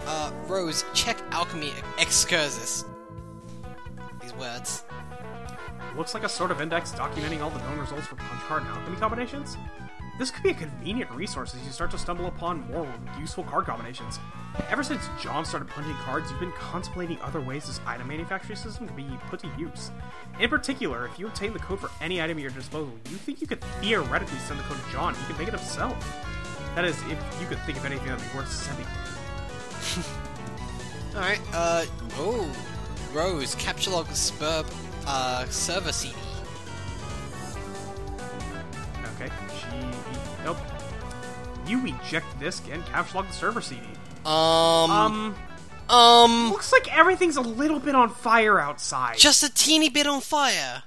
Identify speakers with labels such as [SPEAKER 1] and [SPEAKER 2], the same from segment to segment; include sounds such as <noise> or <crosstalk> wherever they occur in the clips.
[SPEAKER 1] Uh, Rose, check Alchemy Excursus. These words.
[SPEAKER 2] Looks like a sort of index documenting all the known results from card and alchemy combinations. This could be a convenient resource as you start to stumble upon more useful card combinations. Ever since John started punching cards, you've been contemplating other ways this item manufacturing system can be put to use. In particular, if you obtain the code for any item at your disposal, you think you could theoretically send the code to John. He can make it himself. That is, if you could think of anything that'd be worth sending.
[SPEAKER 1] Alright, uh, oh, Rose, capture log spurb, uh, server CD.
[SPEAKER 2] Okay. She. Nope. You eject disk and capture log the server CD.
[SPEAKER 1] Um,
[SPEAKER 2] Um.
[SPEAKER 1] um, um,
[SPEAKER 2] Looks like everything's a little bit on fire outside.
[SPEAKER 1] just a teeny bit on fire.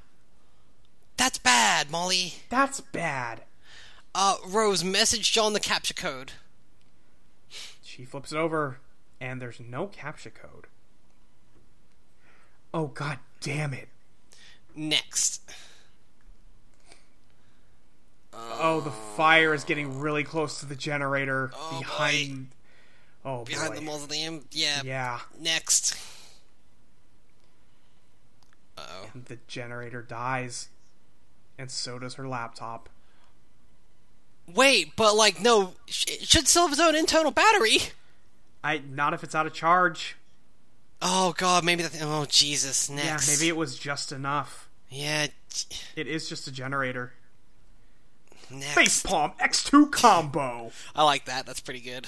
[SPEAKER 1] That's bad, Molly.
[SPEAKER 2] That's bad.
[SPEAKER 1] Uh, Rose, message John the capture code.
[SPEAKER 2] She flips it over, and there's no capture code. Oh god damn it.
[SPEAKER 1] Next.
[SPEAKER 2] Oh, the fire is getting really close to the generator
[SPEAKER 1] Oh,
[SPEAKER 2] behind. Oh,
[SPEAKER 1] Behind
[SPEAKER 2] boy.
[SPEAKER 1] the mausoleum? Yeah.
[SPEAKER 2] Yeah,
[SPEAKER 1] Next. Uh-oh.
[SPEAKER 2] the generator dies, and so does her laptop.
[SPEAKER 1] Wait, but like, no, sh- it should still have its own internal battery.
[SPEAKER 2] I not if it's out of charge.
[SPEAKER 1] Oh god, maybe that. oh Jesus,
[SPEAKER 2] Yeah,
[SPEAKER 1] next.
[SPEAKER 2] maybe it was just enough.
[SPEAKER 1] Yeah, j-
[SPEAKER 2] It is just a generator.
[SPEAKER 1] next.
[SPEAKER 2] Facepalm X2 combo.
[SPEAKER 1] I like that. That's pretty good.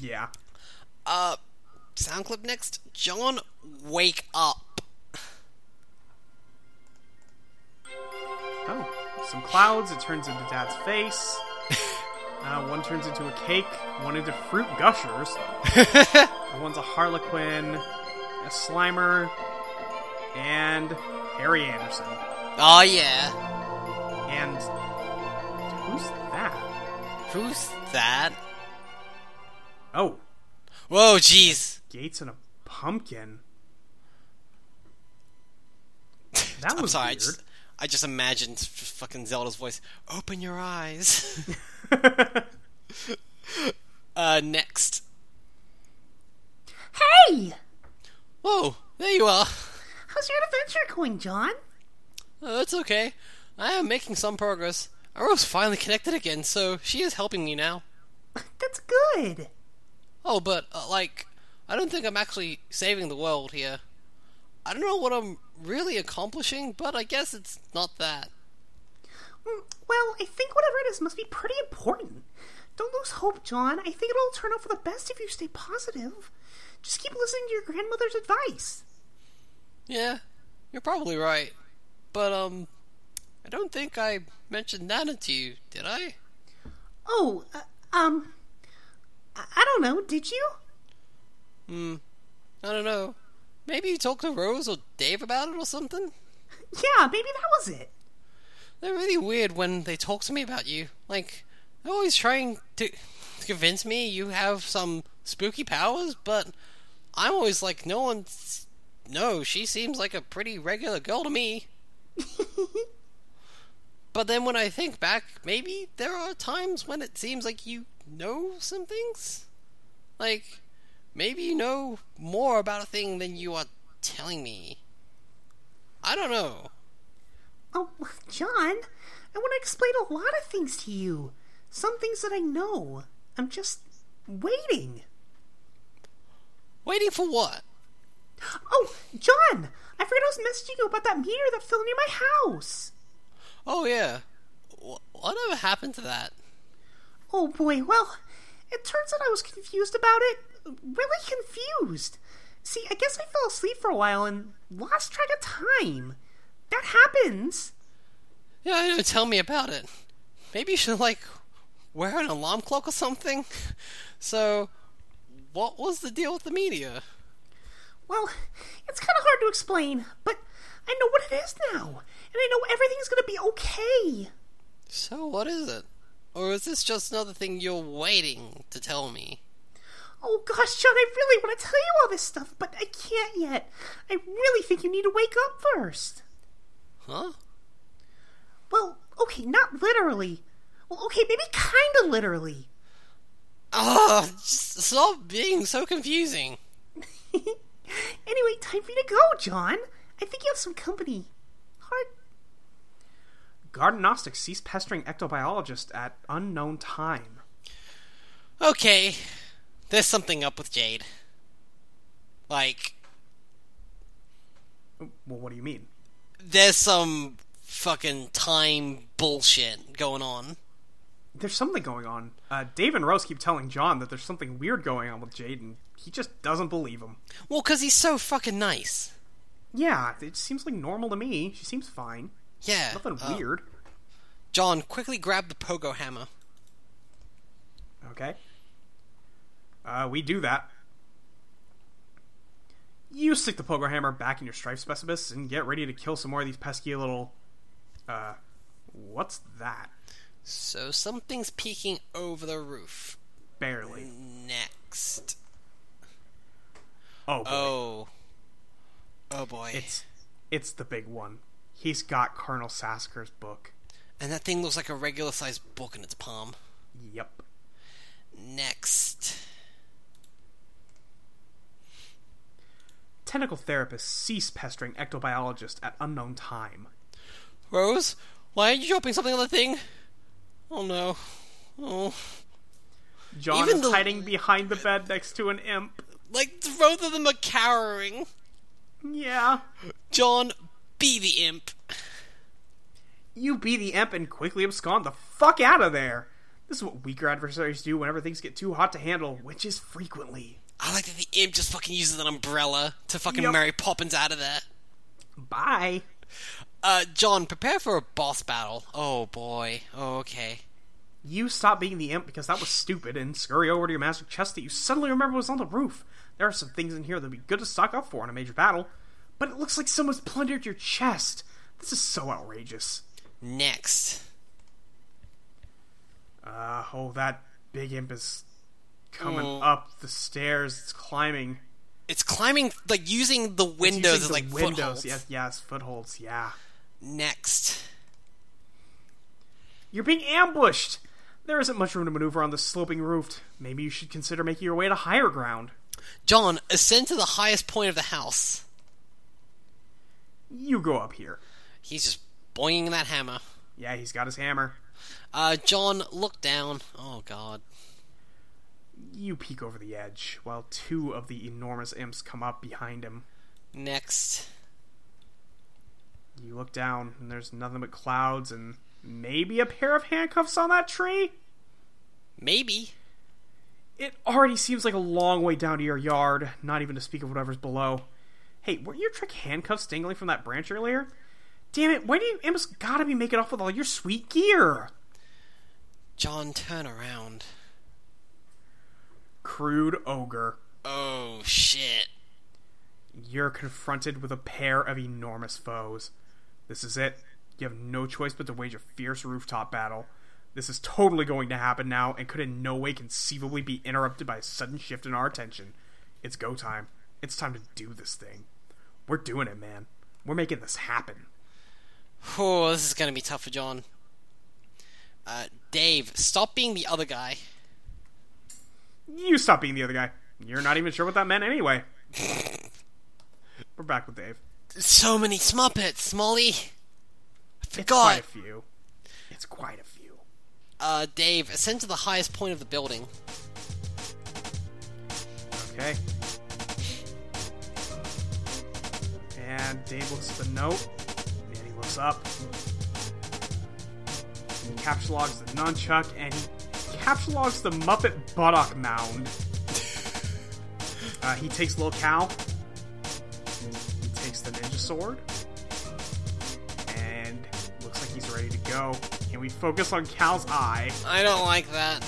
[SPEAKER 2] Yeah.
[SPEAKER 1] Uh, sound clip next. John, wake up.
[SPEAKER 2] Oh, some clouds. It turns into Dad's
[SPEAKER 1] <laughs>
[SPEAKER 2] face. uh, one turns into a cake. One into fruit gushers.
[SPEAKER 1] <laughs>
[SPEAKER 2] and one's a Harlequin, a Slimer, and Harry Anderson.
[SPEAKER 1] Oh yeah.
[SPEAKER 2] And who's that?
[SPEAKER 1] Who's that?
[SPEAKER 2] Oh,
[SPEAKER 1] Whoa, jeez.
[SPEAKER 2] Gates and a pumpkin. That
[SPEAKER 1] <laughs> I'm
[SPEAKER 2] was
[SPEAKER 1] sorry. I
[SPEAKER 2] weird.
[SPEAKER 1] just, I just imagined f- fucking Zelda's voice. Open your
[SPEAKER 2] <laughs>
[SPEAKER 1] eyes. <laughs> uh, next.
[SPEAKER 3] Hey!
[SPEAKER 1] Whoa, there you are.
[SPEAKER 3] How's your adventure going, John? <laughs>
[SPEAKER 1] Oh, that's okay. I am making some progress. Arrow's finally connected again, so she is helping me now.
[SPEAKER 3] That's good. Mm,
[SPEAKER 1] Oh, but uh, like, I don't think I'm actually saving the world here. I don't know what I'm really accomplishing, but I guess it's not that.
[SPEAKER 3] Mm, Well, I think whatever it is must be pretty important. Don't lose hope, John. I think it'll turn out for the best if you stay positive. Just keep listening to your grandmother's advice.
[SPEAKER 1] Yeah, you're probably right. But um, I don't think I mentioned Nana to you, did I?
[SPEAKER 3] Oh, uh, um, I-, I don't know, did you?
[SPEAKER 1] I don't know. Maybe you talked to Rose or Dave about it or something.
[SPEAKER 3] Yeah, maybe that was it. <laughs>
[SPEAKER 1] They're really weird when they talk to me about you. Like, they're always trying to, to convince me you have some spooky powers, but I'm always like, no one. No, she seems like a pretty regular girl to me. but then when I think back, maybe there are times when it seems like you know some things? Like, maybe you know more about a thing than you are telling me. I don't know.
[SPEAKER 3] Oh, John, I want to explain a lot of things to you. Some things that I know. I'm just waiting.
[SPEAKER 1] Waiting for what?
[SPEAKER 3] Oh, John, I forgot I was messaging you about that meteor that fell near my house.
[SPEAKER 1] Oh yeah. Wh- Whatever happened to that?
[SPEAKER 3] Oh boy, well, it turns out I was confused about it. Really confused. See, I guess I fell asleep for a while and lost track of time. That happens.
[SPEAKER 1] Yeah, I know. Tell me about it. Maybe you should like wear an alarm clock or something. <laughs> So, what was the deal with the media?
[SPEAKER 3] Well, it's kind of hard to explain, but I know what it is now, and I know everything's gonna be okay.
[SPEAKER 1] So what is it? Or is this just another thing you're waiting to tell me?
[SPEAKER 3] Oh gosh, John, I really want to tell you all this stuff, but I can't yet. I really think you need to wake up first.
[SPEAKER 1] Huh?
[SPEAKER 3] Well, okay, not literally. Well, okay, maybe kinda literally.
[SPEAKER 1] Ugh, Ah, just stop being so confusing.
[SPEAKER 3] <laughs> anyway, time for you to go, John. I think you have some company. Hard.
[SPEAKER 2] Gardenostic ceased pestering ectobiologist at unknown time.
[SPEAKER 1] Okay, there's something up with Jade. Like,
[SPEAKER 2] Well, what do you mean?
[SPEAKER 1] there's some fucking time bullshit going on.
[SPEAKER 2] There's something going on. Uh, Dave and Rose keep telling John that there's something weird going on with Jade, and he just doesn't believe him.
[SPEAKER 1] Well, 'cause he's so fucking nice.
[SPEAKER 2] Yeah, it seems like normal to me. She seems fine.
[SPEAKER 1] Yeah.
[SPEAKER 2] Nothing
[SPEAKER 1] uh,
[SPEAKER 2] weird.
[SPEAKER 1] John, quickly grab the pogo hammer.
[SPEAKER 2] Okay. Uh, we do that. You stick the pogo hammer back in your strife specimens and get ready to kill some more of these pesky little. Uh, what's that?
[SPEAKER 1] So something's peeking over the roof.
[SPEAKER 2] Barely.
[SPEAKER 1] Next.
[SPEAKER 2] Oh, boy.
[SPEAKER 1] Oh. Oh boy.
[SPEAKER 2] it's it's the big one. He's got Colonel Sasker's book.
[SPEAKER 1] And that thing looks like a regular sized book in its palm.
[SPEAKER 2] Yep.
[SPEAKER 1] Next.
[SPEAKER 2] Tentacle therapists cease pestering ectobiologist at unknown time.
[SPEAKER 1] Rose, why are you dropping something on the thing? Oh no. Oh.
[SPEAKER 2] John
[SPEAKER 1] Even
[SPEAKER 2] is
[SPEAKER 1] the-
[SPEAKER 2] hiding behind the bed next to an imp.
[SPEAKER 1] Like, both of them are cowering.
[SPEAKER 2] Yeah.
[SPEAKER 1] John, be the imp.
[SPEAKER 2] You be the imp and quickly abscond the fuck out of there. This is what weaker adversaries do whenever things get too hot to handle, which is frequently.
[SPEAKER 1] I like that the imp just fucking uses an umbrella to fucking
[SPEAKER 2] Yep.
[SPEAKER 1] Mary Poppins out of there.
[SPEAKER 2] Bye.
[SPEAKER 1] Uh, John, prepare for a boss battle. Oh boy. Oh, okay.
[SPEAKER 2] You stop being the imp because that was stupid and scurry over to your magic chest that you suddenly remember was on the roof. There are some things in here that'd be good to stock up for in a major battle, but it looks like someone's plundered your chest. This is so outrageous.
[SPEAKER 1] Next.
[SPEAKER 2] Uh, oh, that big imp is coming
[SPEAKER 1] Oh.
[SPEAKER 2] up the stairs. It's climbing.
[SPEAKER 1] It's climbing, like, using the
[SPEAKER 2] It's
[SPEAKER 1] windows
[SPEAKER 2] using
[SPEAKER 1] as,
[SPEAKER 2] the
[SPEAKER 1] like, footholds.
[SPEAKER 2] Yes, yes, footholds. Yeah.
[SPEAKER 1] Next.
[SPEAKER 2] You're being ambushed! There isn't much room to maneuver on the sloping roof. Maybe you should consider making your way to higher ground.
[SPEAKER 1] John, ascend to the highest point of the house.
[SPEAKER 2] You go up here.
[SPEAKER 1] He's just boinging that hammer.
[SPEAKER 2] Yeah, he's got his hammer.
[SPEAKER 1] Uh, John, look down. Oh god.
[SPEAKER 2] You peek over the edge while two of the enormous imps come up behind him.
[SPEAKER 1] Next.
[SPEAKER 2] You look down, and there's nothing but clouds and maybe a pair of handcuffs on that tree?
[SPEAKER 1] Maybe.
[SPEAKER 2] It already seems like a long way down to your yard, not even to speak of whatever's below. Hey, weren't your trick handcuffs dangling from that branch earlier? Damn it, why do you imps gotta be making off with all your sweet gear?
[SPEAKER 1] John, turn around.
[SPEAKER 2] Crude ogre.
[SPEAKER 1] Oh shit.
[SPEAKER 2] You're confronted with a pair of enormous foes. This is it. You have no choice but to wage a fierce rooftop battle. This is totally going to happen now and could in no way conceivably be interrupted by a sudden shift in our attention. It's go time. It's time to do this thing. We're doing it, man. We're making this happen.
[SPEAKER 1] Oh, this is gonna be tough for John. Uh, Dave, stop being the other guy.
[SPEAKER 2] You stop being the other guy. You're not even sure what that meant anyway. We're back with Dave.
[SPEAKER 1] So many smuppets, Molly. I
[SPEAKER 2] It's quite
[SPEAKER 1] forgot.
[SPEAKER 2] a few. It's quite a few.
[SPEAKER 1] Uh, Dave, ascend to the highest point of the building.
[SPEAKER 2] Okay. And Dave looks at the note, and he looks up. He capture logs the nunchuck, and he capture logs the Muppet buttock mound. Uh, he takes Lil Cal. He takes the ninja sword. And looks like he's ready to go. And we focus on Cal's eye.
[SPEAKER 1] I don't like that.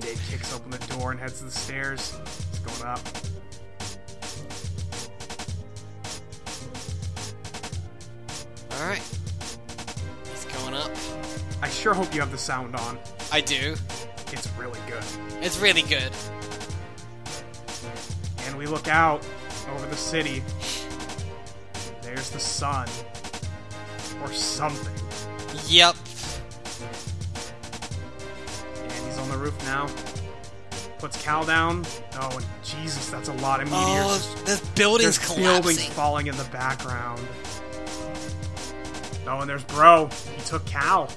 [SPEAKER 2] Dave kicks open the door and heads to the stairs. He's going up.
[SPEAKER 1] Alright. He's going up.
[SPEAKER 2] I sure hope you have the sound on.
[SPEAKER 1] I do.
[SPEAKER 2] It's really good.
[SPEAKER 1] It's really good.
[SPEAKER 2] And we look out over the city. There's the sun. Or something.
[SPEAKER 1] Yep.
[SPEAKER 2] And he's on the roof now. puts Cal down. Oh, and Jesus, that's a lot of meteors.
[SPEAKER 1] Oh,
[SPEAKER 2] Just-
[SPEAKER 1] this building's
[SPEAKER 2] there's
[SPEAKER 1] collapsing.
[SPEAKER 2] buildings falling in the background. Oh, and there's Bro. He took Cal.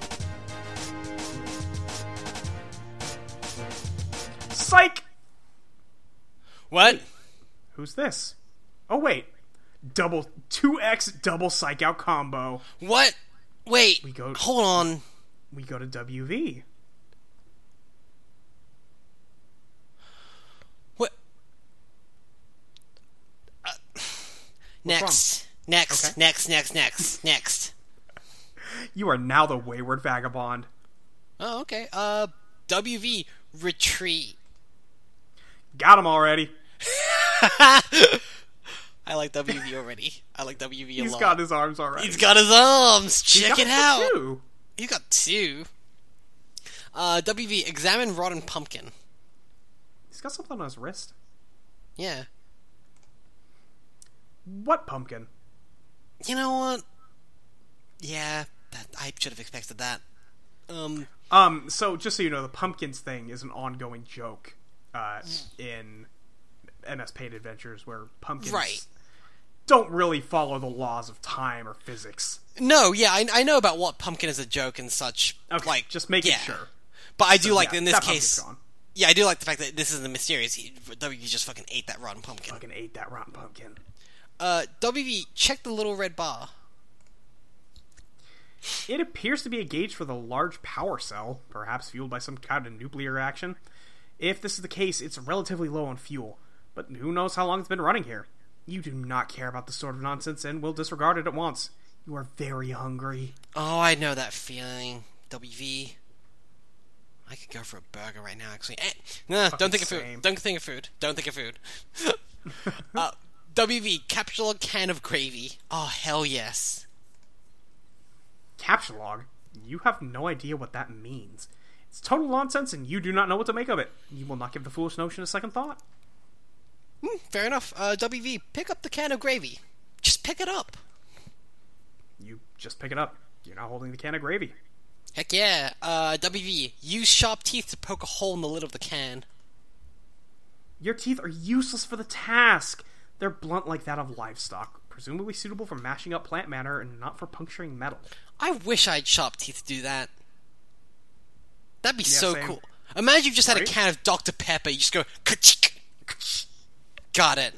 [SPEAKER 2] Psych!
[SPEAKER 1] What?
[SPEAKER 2] Who's this? Oh, wait. Double 2x double psych out combo.
[SPEAKER 1] What? Wait.
[SPEAKER 2] We go-
[SPEAKER 1] Hold on.
[SPEAKER 2] We go to WV.
[SPEAKER 1] What?
[SPEAKER 2] <sighs>
[SPEAKER 1] Uh, next. Next.
[SPEAKER 2] Okay.
[SPEAKER 1] Next. Next. Next. Next.
[SPEAKER 2] You are now the wayward vagabond.
[SPEAKER 1] Oh, okay. Uh, WV retreat.
[SPEAKER 2] Got him already.
[SPEAKER 1] I like WV already. I like WV a
[SPEAKER 2] He's
[SPEAKER 1] lot.
[SPEAKER 2] got his arms already.
[SPEAKER 1] He's got his arms. Check
[SPEAKER 2] Got
[SPEAKER 1] it
[SPEAKER 2] the
[SPEAKER 1] out.
[SPEAKER 2] two.
[SPEAKER 1] You got two. Uh, WV, examine rotten pumpkin.
[SPEAKER 2] He's got something on his wrist.
[SPEAKER 1] Yeah.
[SPEAKER 2] What pumpkin?
[SPEAKER 1] You know what? Yeah, that, I should have expected that. Um,
[SPEAKER 2] Um, so just so you know, the pumpkins thing is an ongoing joke uh, in MS Paint Adventures, where pumpkins
[SPEAKER 1] Right.
[SPEAKER 2] don't really follow the laws of time or physics.
[SPEAKER 1] no, yeah, I, I know about what pumpkin is a joke and such.
[SPEAKER 2] Okay,
[SPEAKER 1] like,
[SPEAKER 2] just making
[SPEAKER 1] yeah.
[SPEAKER 2] sure.
[SPEAKER 1] But I do like
[SPEAKER 2] Yeah,
[SPEAKER 1] in this
[SPEAKER 2] that pumpkin's
[SPEAKER 1] case.
[SPEAKER 2] gone.
[SPEAKER 1] Yeah, I do like the fact that this is the mysterious. He, WV just fucking ate that rotten pumpkin.
[SPEAKER 2] Fucking ate that rotten pumpkin.
[SPEAKER 1] Uh, WV, check the little red bar.
[SPEAKER 2] It appears to be a gauge for the large power cell, perhaps fueled by some kind of nuclear action. If this is the case, it's relatively low on fuel, but who knows how long it's been running here. You do not care about this sort of nonsense and will disregard it at once. You are very hungry.
[SPEAKER 1] Oh, I know that feeling. WV. I could go for a burger right now, actually. Eh, no, don't think of
[SPEAKER 2] same.
[SPEAKER 1] food. Don't think of food. Don't think of food. uh, WV, capsule a can of gravy. Oh, hell yes.
[SPEAKER 2] Capture log? You have no idea what that means. It's total nonsense and you do not know what to make of it. You will not give the foolish notion a second thought.
[SPEAKER 1] Hmm, fair enough. Uh, WV, pick up the can of gravy. Just pick it up.
[SPEAKER 2] You just pick it up. You're not holding the can of gravy.
[SPEAKER 1] Heck yeah. Uh, WV, use sharp teeth to poke a hole in the lid of the can.
[SPEAKER 2] Your teeth are useless for the task. They're blunt like that of livestock, presumably suitable for mashing up plant matter and not for puncturing metal.
[SPEAKER 1] I wish I had sharp teeth to do that. That'd be so
[SPEAKER 2] same.
[SPEAKER 1] cool. Imagine you just had
[SPEAKER 2] Right?
[SPEAKER 1] a can of Dr. Pepper, you just go, ka-chick, ka-chick. got it.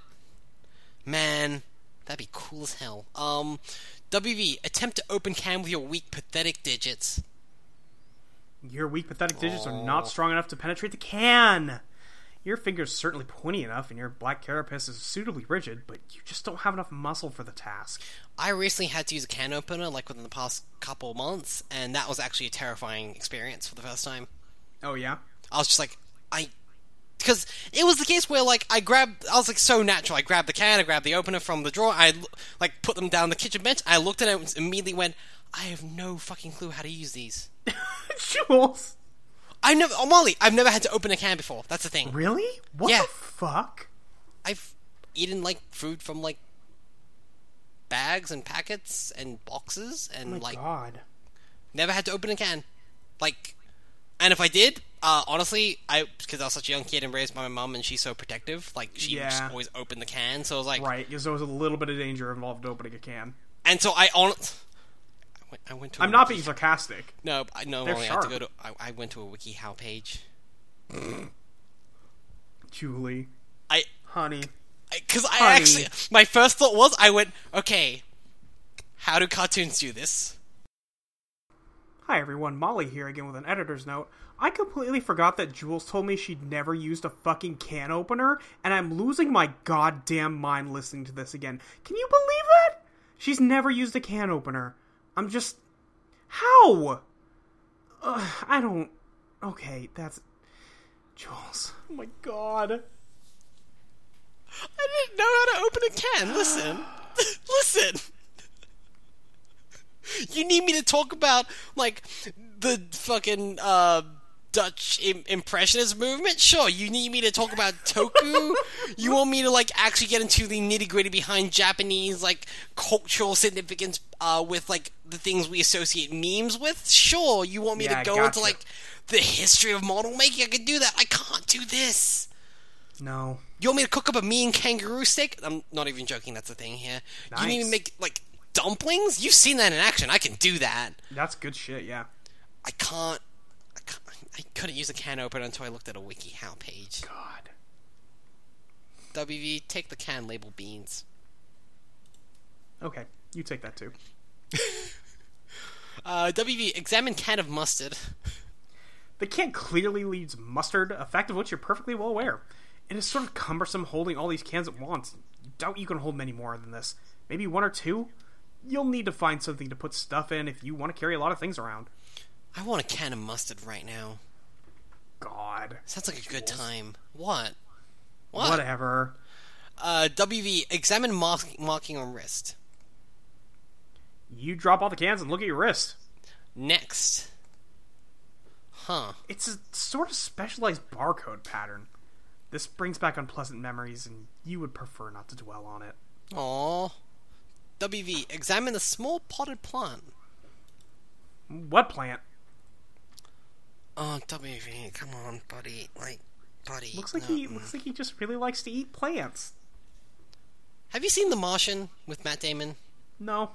[SPEAKER 1] Man, that'd be cool as hell. Um, WV, attempt to open can with your weak, pathetic digits.
[SPEAKER 2] Your weak, pathetic digits are not strong enough to penetrate the can. Your fingers certainly pointy enough, and your black carapace is suitably rigid, but you just don't have enough muscle for the task.
[SPEAKER 1] I recently had to use a can opener, like within the past couple months, and that was actually a terrifying experience for the first time.
[SPEAKER 2] Oh yeah,
[SPEAKER 1] I was just like, I. Because it was the case where, like, I grabbed. I was, like, so natural. I grabbed the can, I grabbed the opener from the drawer, I, like, put them down the kitchen bench. I looked at it and immediately went, I have no fucking clue how to use these.
[SPEAKER 2] Jules,
[SPEAKER 1] I never. Oh, Molly, I've never had to open a can before. That's the thing.
[SPEAKER 2] really? What
[SPEAKER 1] Yeah.
[SPEAKER 2] the fuck?
[SPEAKER 1] I've eaten, like, food from, like, bags and packets and boxes and,
[SPEAKER 2] Oh My
[SPEAKER 1] like,
[SPEAKER 2] God,
[SPEAKER 1] Never had to open a can. Like, and if I did, uh, honestly, I because I was such a young kid and raised by my mum, and she's so protective. Like, she would just
[SPEAKER 2] Yeah.
[SPEAKER 1] always opened the can. So I was like,
[SPEAKER 2] right? Because there was a little bit of danger involved opening a can.
[SPEAKER 1] and so I on. I went, I went to. a
[SPEAKER 2] I'm not
[SPEAKER 1] wiki-
[SPEAKER 2] being sarcastic.
[SPEAKER 1] No, I no.
[SPEAKER 2] They're
[SPEAKER 1] Only I had to go
[SPEAKER 2] sharp.
[SPEAKER 1] to. I, I went to a WikiHow page.
[SPEAKER 2] Julie,
[SPEAKER 1] I
[SPEAKER 2] honey,
[SPEAKER 1] because I,
[SPEAKER 2] Honey.
[SPEAKER 1] actually my first thought was I went okay. How do cartoons do this?
[SPEAKER 2] Hi everyone, Molly here again with an editor's note. I completely forgot that Jules told me she'd never used a fucking can opener, and I'm losing my goddamn mind listening to this again. Can you believe it? She's never used a can opener. I'm just. How? Ugh, I don't. Okay, that's. Jules. Oh my god.
[SPEAKER 1] I didn't know how to open a can. Listen, <laughs> listen. You need me to talk about like the fucking uh, Dutch Im- impressionist movement? Sure, you need me to talk about toku?
[SPEAKER 2] <laughs>
[SPEAKER 1] you want me to like actually get into the nitty gritty behind Japanese like cultural significance uh, with like the things we associate memes with? Sure, you want me
[SPEAKER 2] Yeah,
[SPEAKER 1] to go
[SPEAKER 2] gotcha.
[SPEAKER 1] into like the history of model making? I can do that. I can't do this.
[SPEAKER 2] No.
[SPEAKER 1] You want me to cook up a mean kangaroo steak? I'm not even joking. That's the thing here. You need me to
[SPEAKER 2] Nice.
[SPEAKER 1] make like dumplings? You've seen that in action. I can do that.
[SPEAKER 2] That's good shit, yeah.
[SPEAKER 1] I can't. I, can't, I couldn't use a can opener until I looked at a WikiHow page.
[SPEAKER 2] God.
[SPEAKER 1] WV, take the can label beans.
[SPEAKER 2] Okay, you take that too.
[SPEAKER 1] Uh, WV, examine can of mustard. <laughs>
[SPEAKER 2] The can clearly leaves mustard, a fact of which you're perfectly well aware. It is sort of cumbersome holding all these cans at once. Doubt you can hold many more than this. Maybe one or two? You'll need to find something to put stuff in if you want to carry a lot of things around.
[SPEAKER 1] I want a can of mustard right now.
[SPEAKER 2] God.
[SPEAKER 1] Sounds like a good time. What? What?
[SPEAKER 2] Whatever.
[SPEAKER 1] Uh, WV, examine mark- marking on wrist.
[SPEAKER 2] You drop all the cans and look at your wrist.
[SPEAKER 1] Next. Huh.
[SPEAKER 2] It's a sort of specialized barcode pattern. This brings back unpleasant memories, and you would prefer not to dwell on it.
[SPEAKER 1] Aww. WV, examine the small potted plant.
[SPEAKER 2] What plant?
[SPEAKER 1] Oh, WV, come on, buddy. Like, buddy.
[SPEAKER 2] Looks like
[SPEAKER 1] no.
[SPEAKER 2] he looks like he just really likes to eat plants.
[SPEAKER 1] Have you seen The Martian with Matt Damon?
[SPEAKER 2] No.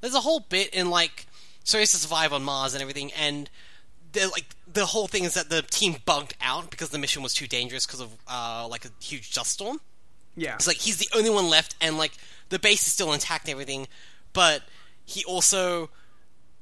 [SPEAKER 1] There's a whole bit in like so he has to survive on Mars and everything, and they're like the whole thing is that the team bugged out because the mission was too dangerous because of uh, like a huge dust storm.
[SPEAKER 2] Yeah.
[SPEAKER 1] It's like he's the only one left, and like the base is still intact and everything, but he also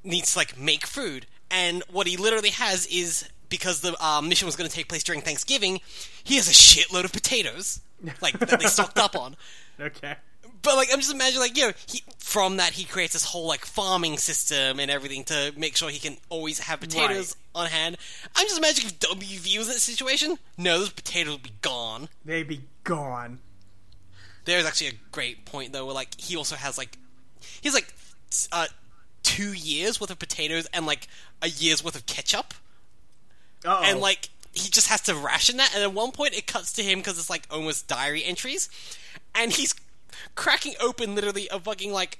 [SPEAKER 1] needs to like make food. And what he literally has is because the uh, mission was going to take place during Thanksgiving, he has a shitload of potatoes, like that they stocked up on
[SPEAKER 2] Okay.
[SPEAKER 1] but like I'm just imagining like you know he from that he creates this whole like farming system and everything to make sure he can always have potatoes on hand. I'm just imagining if WV was in that situation. No, those potatoes would be gone.
[SPEAKER 2] They be gone.
[SPEAKER 1] There is actually a great point though, where like he also has like he's like s- uh, two years worth of potatoes and like a year's worth of ketchup,
[SPEAKER 2] Uh-oh.
[SPEAKER 1] and like he just has to ration that. And at one point, it cuts to him because it's like almost diary entries, and he's cracking open literally a fucking like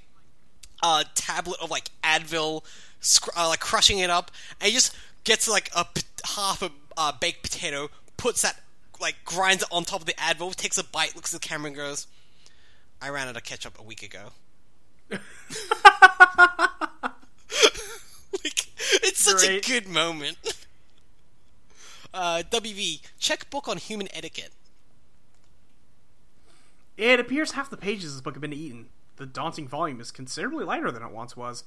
[SPEAKER 1] uh, tablet of like Advil, scr- uh, like crushing it up, and he just gets like a p- half a uh, baked potato, puts that like grinds it on top of the Advil, takes a bite, looks at the camera, and goes, "I ran out of ketchup a week ago." like, it's such
[SPEAKER 2] Great.
[SPEAKER 1] a good moment. Uh, WV, check book on human etiquette.
[SPEAKER 2] it appears half the pages of this book have been eaten. The daunting volume is considerably lighter than it once was.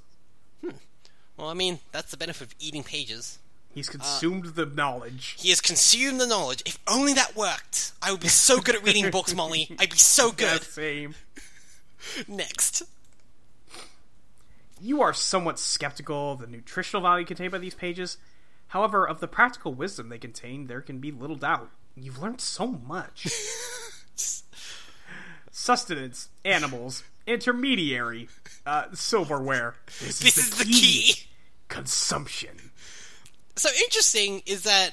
[SPEAKER 1] Well, I mean, that's the benefit of eating pages.
[SPEAKER 2] He's
[SPEAKER 1] Uh,
[SPEAKER 2] consumed the knowledge.
[SPEAKER 1] He has consumed the knowledge. If only that worked. I would be so good at reading books, Molly. I'd be so
[SPEAKER 2] Yeah,
[SPEAKER 1] good.
[SPEAKER 2] same.
[SPEAKER 1] Next.
[SPEAKER 2] You are somewhat skeptical of the nutritional value contained by these pages. However, of the practical wisdom they contain, there can be little doubt. You've learned
[SPEAKER 1] <laughs>
[SPEAKER 2] so much. Sustenance, animals, intermediary, uh, silverware. This,
[SPEAKER 1] This is the key.
[SPEAKER 2] Consumption.
[SPEAKER 1] So interesting is that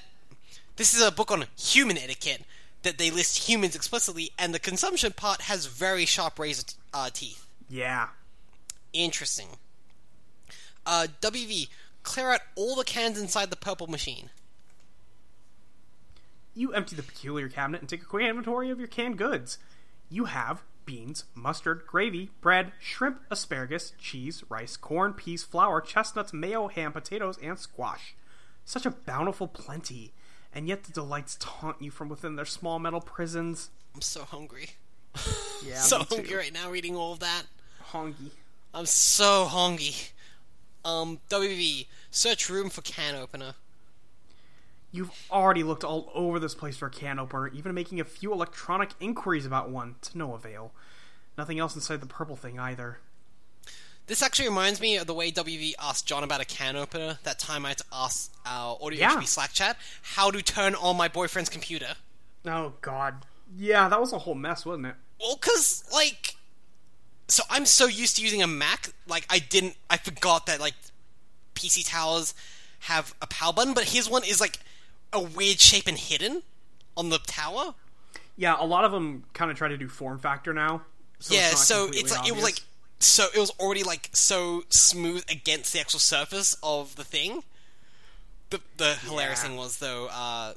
[SPEAKER 1] this is a book on human etiquette that they list humans explicitly, and the consumption part has very sharp razor t- uh, teeth.
[SPEAKER 2] Yeah.
[SPEAKER 1] Interesting. Uh, WV, clear out all the cans inside the purple machine.
[SPEAKER 2] You empty the peculiar cabinet and take a quick inventory of your canned goods. You have beans, mustard, gravy, bread, shrimp, asparagus, cheese, rice, corn, peas, flour, chestnuts, mayo, ham, potatoes, and squash. Such a bountiful plenty, and yet the delights taunt you from within their small metal prisons.
[SPEAKER 1] I'm so hungry.
[SPEAKER 2] Yeah,
[SPEAKER 1] so hungry right now reading all of that.
[SPEAKER 2] hongy.
[SPEAKER 1] I'm so hungry. Um, WV, search room for can opener.
[SPEAKER 2] You've already looked all over this place for a can opener, even making a few electronic inquiries about one to no avail. Nothing else inside the purple thing either.
[SPEAKER 1] This actually reminds me of the way WV asked John about a can opener that time I had to ask our audio
[SPEAKER 2] Yeah.
[SPEAKER 1] HB Slack chat how to turn on my boyfriend's computer.
[SPEAKER 2] Oh god. Yeah, that was a whole mess, wasn't it?
[SPEAKER 1] Well, cause like, so I'm so used to using a Mac, like I didn't, I forgot that like PC towers have a power button, but his one is like a weird shape and hidden on the tower.
[SPEAKER 2] Yeah, a lot of them kind of try to do form factor now. So
[SPEAKER 1] yeah,
[SPEAKER 2] it's not
[SPEAKER 1] so
[SPEAKER 2] completely
[SPEAKER 1] it's like it was
[SPEAKER 2] obvious.
[SPEAKER 1] like so it was already like so smooth against the actual surface of the thing. The the hilarious
[SPEAKER 2] Yeah.
[SPEAKER 1] thing was though, uh,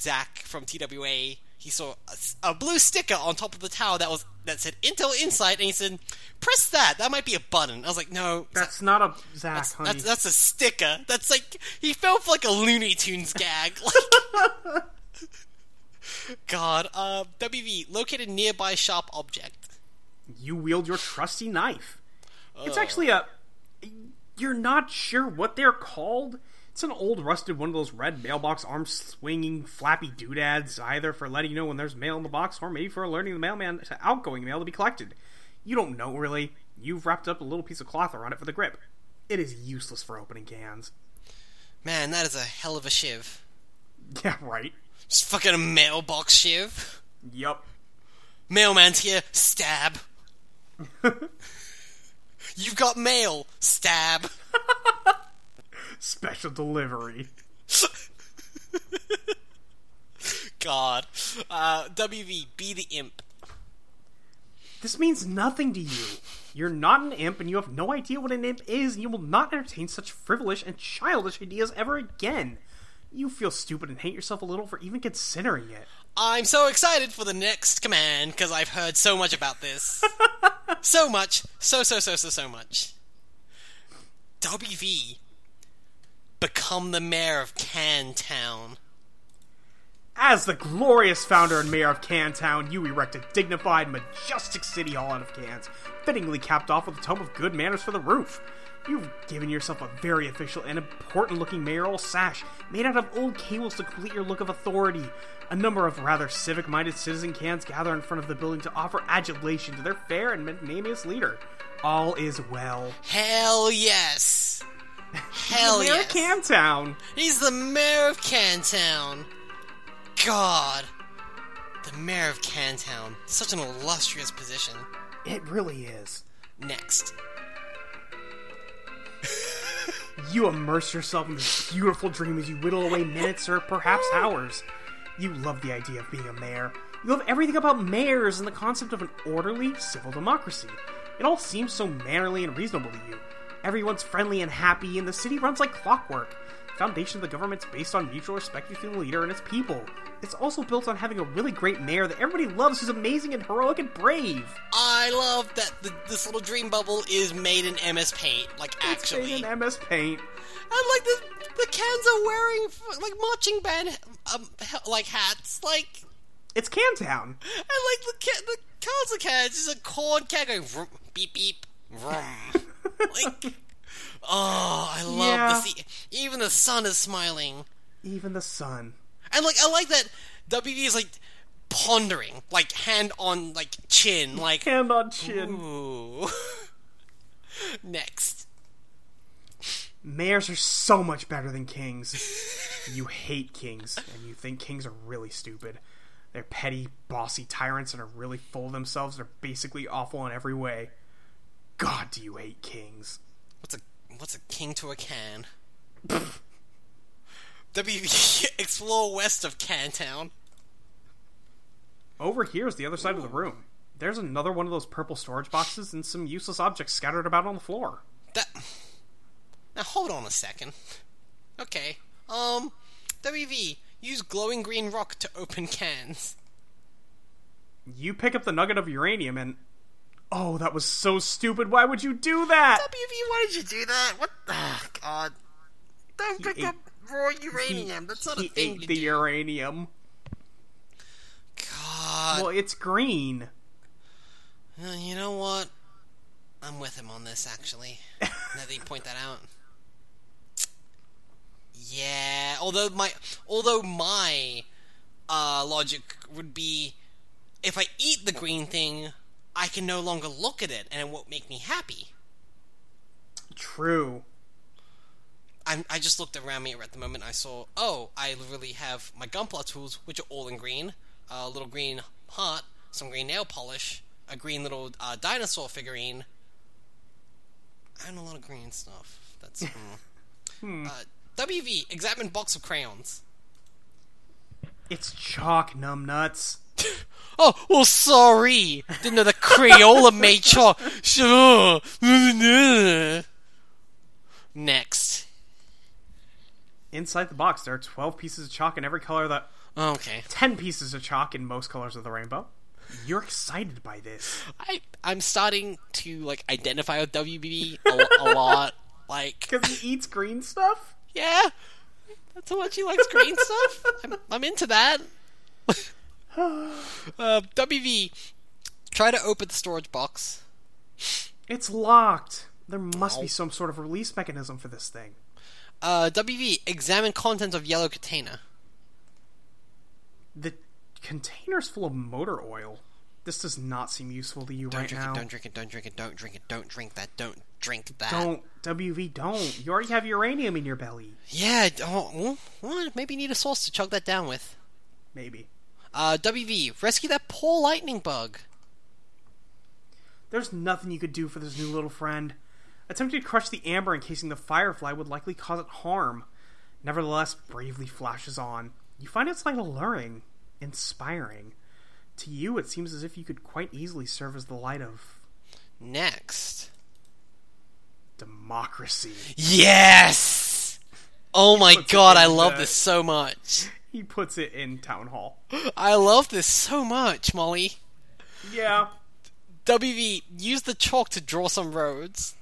[SPEAKER 1] Zach from TWA he saw a, s- a blue sticker on top of the tower that was that said Intel Insight, and he said, "Press that. That might be a button." I was like, "No,
[SPEAKER 2] that's not a Zach, honey.
[SPEAKER 1] that's, that's a sticker. That's like he fell for like a Looney Tunes
[SPEAKER 2] <laughs>
[SPEAKER 1] gag. <laughs> Like- God, uh, WV located nearby sharp object.
[SPEAKER 2] you wield your trusty knife.
[SPEAKER 1] Oh.
[SPEAKER 2] It's actually a. You're not sure what they're called. It's an old rusted one of those red mailbox arm swinging flappy doodads, either for letting you know when there's mail in the box or maybe for alerting the mailman to outgoing mail to be collected. You don't know really. You've wrapped up a little piece of cloth around it for the grip. It is useless for opening cans. <laughs>
[SPEAKER 1] Man, that is a hell of a shiv.
[SPEAKER 2] Yeah, right.
[SPEAKER 1] Just fucking a mailbox shiv.
[SPEAKER 2] Yup.
[SPEAKER 1] Mailman's here. Stab. <laughs> You've got mail. Stab. <laughs>
[SPEAKER 2] Special delivery.
[SPEAKER 1] God. Uh, WV, be the imp.
[SPEAKER 2] This means nothing to you. You're not an imp, and you have no idea what an imp is, and you will not entertain such frivolous and childish ideas ever again. You feel stupid and hate yourself a little for even considering it.
[SPEAKER 1] I'm so excited for the next command because I've heard so much about
[SPEAKER 2] <laughs>
[SPEAKER 1] this. so much. So, so, so, so, so much. WV. Become the mayor of Cantown.
[SPEAKER 2] As the glorious founder and mayor of Cantown, you erect a dignified, majestic city hall out of cans, fittingly capped off with a tome of good manners for the roof. You've given yourself a very official and important looking mayoral sash made out of old cables to complete your look of authority. A number of rather civic minded citizen cans gather in front of the building to offer adulation to their fair and magnanimous leader. All is well.
[SPEAKER 1] Hell
[SPEAKER 2] <laughs>
[SPEAKER 1] yes! Hell
[SPEAKER 2] mayor
[SPEAKER 1] yes!
[SPEAKER 2] of Cantown!
[SPEAKER 1] He's the mayor of Cantown. God, the mayor of Cantown. Such an illustrious position.
[SPEAKER 2] It really is.
[SPEAKER 1] Next,
[SPEAKER 2] You immerse yourself in this beautiful dream as you whittle away minutes or perhaps hours. You love the idea of being a mayor. You love everything about mayors and the concept of an orderly, civil democracy. It all seems so mannerly and reasonable to you. Everyone's friendly and happy, and the city runs like clockwork. The foundation of the government's based on mutual respect between the leader and its people. It's also built on having a really great mayor that everybody loves who's amazing and heroic and brave.
[SPEAKER 1] I love that the, this little dream bubble is made in MS Paint. Like
[SPEAKER 2] Say
[SPEAKER 1] actually,
[SPEAKER 2] in MS Paint.
[SPEAKER 1] and like the the cans are wearing f- like marching band um he- like hats. Like
[SPEAKER 2] It's Cantown.
[SPEAKER 1] and like the ca- the cans are cans. It's a corn can going vroom, beep beep vroom. like oh, I love
[SPEAKER 2] Yeah.
[SPEAKER 1] the sea. Even the sun is smiling.
[SPEAKER 2] Even the sun.
[SPEAKER 1] And like I like that WV is like pondering, like hand on like chin, like
[SPEAKER 2] Hand on chin.
[SPEAKER 1] ooh. <laughs> Next.
[SPEAKER 2] Mayors are so much better than kings. you hate kings, and you think kings are really stupid. They're petty, bossy tyrants and are really full of themselves. They're basically awful in every way. God, do you hate kings?
[SPEAKER 1] What's a what's a king to a can? <laughs> WV <laughs> explore west of Cantown.
[SPEAKER 2] Over here is the other side of the room. There's another one of those purple storage boxes and some useless objects scattered about on the floor.
[SPEAKER 1] That Now hold on a second. Okay. Um WV, use glowing green rock to open cans.
[SPEAKER 2] You pick up the nugget of uranium and. Oh, that was so stupid. Why would you do that?
[SPEAKER 1] WV, why did you do that? What the oh, God. Don't pick
[SPEAKER 2] ate-
[SPEAKER 1] up raw uranium. That's not
[SPEAKER 2] he
[SPEAKER 1] a thing
[SPEAKER 2] ate
[SPEAKER 1] to
[SPEAKER 2] the
[SPEAKER 1] do.
[SPEAKER 2] uranium.
[SPEAKER 1] God.
[SPEAKER 2] Well, it's green.
[SPEAKER 1] Uh, You know what? I'm with him on this,
[SPEAKER 2] <laughs>
[SPEAKER 1] actually. now that you point that out. Yeah. Although my, although my, uh, logic would be, if I eat the green thing, I can no longer look at it, and it won't make me happy.
[SPEAKER 2] True.
[SPEAKER 1] I, I just looked around me at the moment. I saw, oh, I literally have my Gunpla tools, which are all in green. A little green heart, some green nail polish, a green little uh, dinosaur figurine, and a lot of green <laughs> Hmm. stuff. That's. mm. Uh, WV, examine box of crayons.
[SPEAKER 2] It's chalk, numbnuts.
[SPEAKER 1] Oh, well, sorry. Didn't know the <laughs> Crayola made chalk. Sure. Next.
[SPEAKER 2] Inside the box, there are 12 pieces of chalk in every color that.
[SPEAKER 1] Okay.
[SPEAKER 2] 10 pieces of chalk in most colors of the rainbow. You're excited
[SPEAKER 1] <laughs>
[SPEAKER 2] by this.
[SPEAKER 1] I I'm starting to like identify with WBB a, a lot.
[SPEAKER 2] <laughs>
[SPEAKER 1] Like,
[SPEAKER 2] Because he eats green stuff?
[SPEAKER 1] yeah, that's how much he likes green
[SPEAKER 2] <laughs>
[SPEAKER 1] stuff. I'm I'm into
[SPEAKER 2] <sighs>
[SPEAKER 1] that. uh, WV, try to open the storage box.
[SPEAKER 2] It's locked. There must
[SPEAKER 1] Oh.
[SPEAKER 2] be some sort of release mechanism for this thing.
[SPEAKER 1] Uh, WV, examine contents of yellow container.
[SPEAKER 2] The container's full of motor oil. This does not seem useful to you
[SPEAKER 1] Don't
[SPEAKER 2] right
[SPEAKER 1] drink
[SPEAKER 2] now.
[SPEAKER 1] it. Don't drink it. Don't drink it. Don't drink it. Don't drink that. Don't drink that.
[SPEAKER 2] Don't, WV, don't. You already have uranium in your belly.
[SPEAKER 1] Yeah. Don't. well, well, Maybe you need a source to chug that down with.
[SPEAKER 2] Maybe.
[SPEAKER 1] Uh, WV, rescue that poor lightning bug.
[SPEAKER 2] There's nothing you could do for this new little friend. Attempting to crush the amber encasing the firefly would likely cause it harm. Nevertheless, bravely flashes on. You find its light alluring, inspiring. To you, it seems as if you could quite easily serve as the light of
[SPEAKER 1] Next.
[SPEAKER 2] democracy. <laughs>
[SPEAKER 1] Yes! Oh my
[SPEAKER 2] Puts it
[SPEAKER 1] god,
[SPEAKER 2] in
[SPEAKER 1] I love
[SPEAKER 2] the-
[SPEAKER 1] this so much.
[SPEAKER 2] He puts it in Town Hall.
[SPEAKER 1] I love this so much, Molly.
[SPEAKER 2] Yeah.
[SPEAKER 1] WV, use the chalk to draw some roads.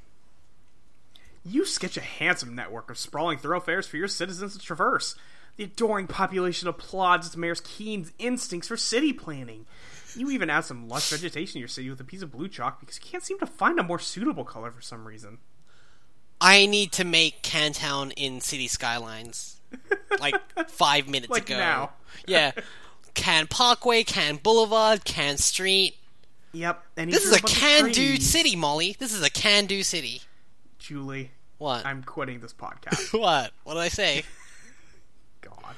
[SPEAKER 2] You sketch a handsome network of sprawling thoroughfares for your citizens to traverse. The adoring population applauds the mayor's keen instincts for city planning. You even add some lush vegetation to your city with a piece of blue chalk because you can't seem to find a more suitable color for some reason.
[SPEAKER 1] I need to make Cantown in City Skylines.
[SPEAKER 2] <laughs>
[SPEAKER 1] Like five minutes
[SPEAKER 2] Like
[SPEAKER 1] ago.
[SPEAKER 2] now.
[SPEAKER 1] yeah. Can Parkway, Can Boulevard, Can Street.
[SPEAKER 2] Yep, and he
[SPEAKER 1] This is
[SPEAKER 2] drew
[SPEAKER 1] a
[SPEAKER 2] bunch of
[SPEAKER 1] can do
[SPEAKER 2] trees.
[SPEAKER 1] city, Molly. This is a can do city.
[SPEAKER 2] Julie,
[SPEAKER 1] What?
[SPEAKER 2] I'm quitting this podcast.
[SPEAKER 1] <laughs>
[SPEAKER 2] <laughs>
[SPEAKER 1] What? What did I say?
[SPEAKER 2] God,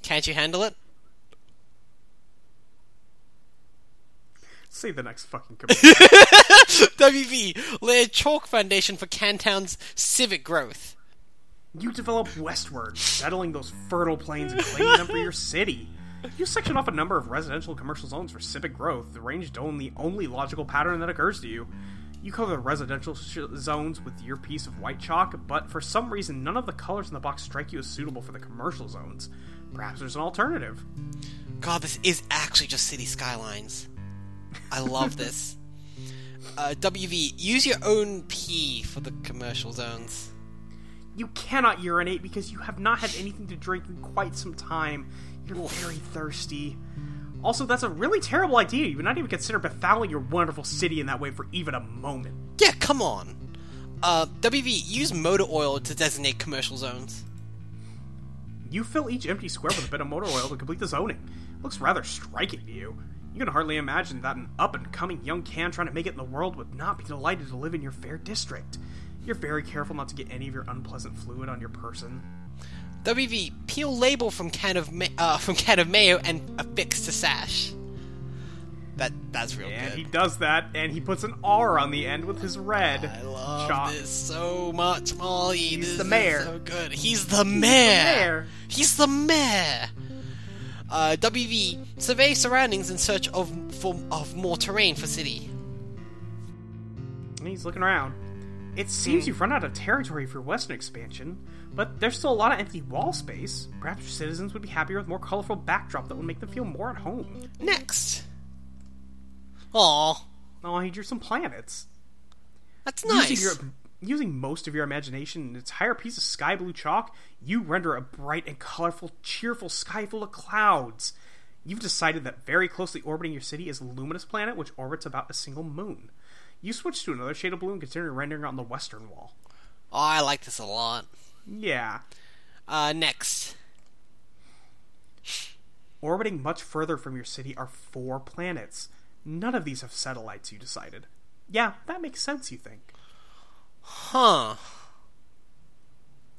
[SPEAKER 1] Can't you handle it?
[SPEAKER 2] say the next
[SPEAKER 1] <laughs>
[SPEAKER 2] fucking commercial.
[SPEAKER 1] WV lay a chalk foundation for Cantown's civic growth.
[SPEAKER 2] You develop westward, settling those fertile plains and claiming them for your city. You section off a number of residential and commercial zones for civic growth, arranged in the only logical pattern that occurs to you. You cover the residential sh- zones with your piece of white chalk, but for some reason, none of the colors in the box strike you as suitable for the commercial zones. Perhaps there's an alternative.
[SPEAKER 1] God, this is actually just city skylines. I love this. Uh, WV, use your own P for the commercial zones.
[SPEAKER 2] You cannot urinate because you have not had anything to drink in quite some time. You're very thirsty. Also, that's a really terrible idea. You would not even consider befouling your wonderful city in that way for even a moment.
[SPEAKER 1] Yeah, come on. Uh, WV, use motor oil to designate commercial zones.
[SPEAKER 2] You fill each empty square with a bit of motor oil to complete the zoning. Looks rather striking to you. You can hardly imagine that an up and coming young can trying to make it in the world would not be delighted to live in your fair district. You're very careful not to get any of your unpleasant fluid on your person.
[SPEAKER 1] WV, peel label from can of ma- uh, <laughs> from can of mayo and affix to sash. That that's real
[SPEAKER 2] And
[SPEAKER 1] good.
[SPEAKER 2] he does that, and he puts an R on the end with his red
[SPEAKER 1] I love
[SPEAKER 2] chalk.
[SPEAKER 1] this so much, Molly. He's
[SPEAKER 2] the mayor.
[SPEAKER 1] so good. He's the mayor.
[SPEAKER 2] mayor.
[SPEAKER 1] He's the mayor. Uh, WV survey surroundings in search of for, of more terrain for city.
[SPEAKER 2] And he's looking around. It seems you've run out of territory for Western expansion, but there's still a lot of empty wall space. Perhaps your citizens would be happier with more colorful backdrop that would make them feel more at home.
[SPEAKER 1] Next. Aw,
[SPEAKER 2] Oh, he drew some planets.
[SPEAKER 1] that's nice.
[SPEAKER 2] Using, your, using most of your imagination and an entire piece of sky blue chalk, you render a bright and colorful, cheerful sky full of clouds. You've decided that very closely orbiting your city is a luminous planet which orbits about a single moon. You switch to another shade of blue and continue rendering on the western wall.
[SPEAKER 1] oh, I like this a lot.
[SPEAKER 2] Yeah.
[SPEAKER 1] Uh, next.
[SPEAKER 2] Orbiting much further from your city are four planets. None of these have satellites, you decided. Yeah, that makes sense, you think.
[SPEAKER 1] Huh.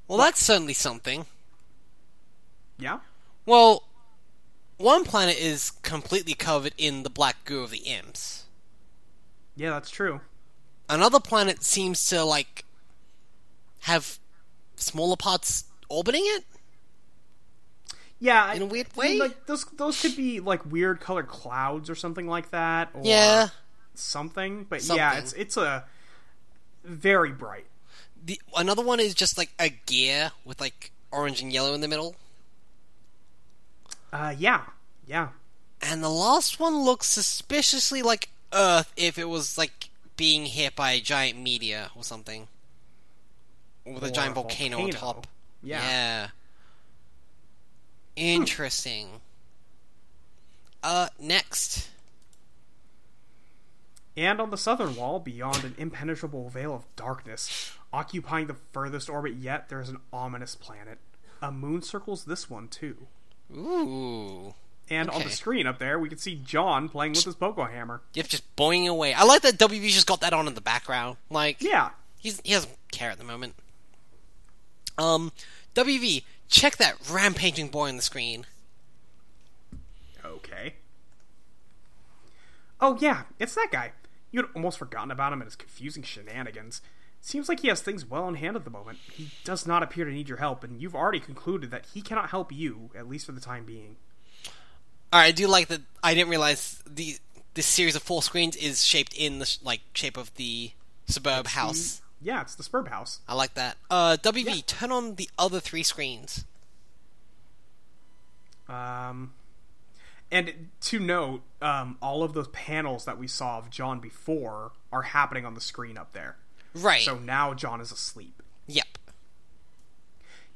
[SPEAKER 1] Well, that's certainly something.
[SPEAKER 2] Yeah?
[SPEAKER 1] Well, one planet is completely covered in the black goo of the imps.
[SPEAKER 2] Yeah, that's true.
[SPEAKER 1] another planet seems to like have smaller parts orbiting it.
[SPEAKER 2] Yeah, I-
[SPEAKER 1] in a weird
[SPEAKER 2] I
[SPEAKER 1] way.
[SPEAKER 2] mean, like those those could be like weird colored clouds or something like that. Or
[SPEAKER 1] yeah.
[SPEAKER 2] something. But yeah,
[SPEAKER 1] Something.
[SPEAKER 2] it's it's a very bright.
[SPEAKER 1] The another one is just like a gear with like orange and yellow in the middle.
[SPEAKER 2] Uh, yeah, yeah.
[SPEAKER 1] And the last one looks suspiciously like Earth if it was like being hit by a giant meteor or something. Or with a
[SPEAKER 2] Or
[SPEAKER 1] giant
[SPEAKER 2] a
[SPEAKER 1] volcano, on
[SPEAKER 2] volcano.
[SPEAKER 1] top.
[SPEAKER 2] Yeah.
[SPEAKER 1] Interesting. Uh next.
[SPEAKER 2] And on the southern wall, beyond an impenetrable veil of darkness, occupying the furthest orbit yet, there is an ominous planet. A moon circles this one too. Hmm.
[SPEAKER 1] Ooh.
[SPEAKER 2] And on the
[SPEAKER 1] Okay.
[SPEAKER 2] screen up there, we can see John playing with his pogo hammer.
[SPEAKER 1] Yep, just boing away. I like that WB just got that on in the background. Like
[SPEAKER 2] Yeah,
[SPEAKER 1] He's, he doesn't care at the moment. Um, WV, check that rampaging boy on the screen.
[SPEAKER 2] Okay. Oh, yeah, it's that guy. You had almost forgotten about him and his confusing shenanigans. Seems like he has things well in hand at the moment. He does not appear to need your help, and you've already concluded that he cannot help you, at least for the time being.
[SPEAKER 1] All right, I do like that. I didn't realize the this series of four screens is shaped in the sh- like shape of the suburb house.
[SPEAKER 2] Yeah, it's the Spurb House.
[SPEAKER 1] I like that. Uh, WV,
[SPEAKER 2] Yeah.
[SPEAKER 1] turn on the other three screens.
[SPEAKER 2] Um, and to note, um, all of those panels that we saw of John before are happening on the screen up there.
[SPEAKER 1] Right.
[SPEAKER 2] So now John is asleep.
[SPEAKER 1] Yep.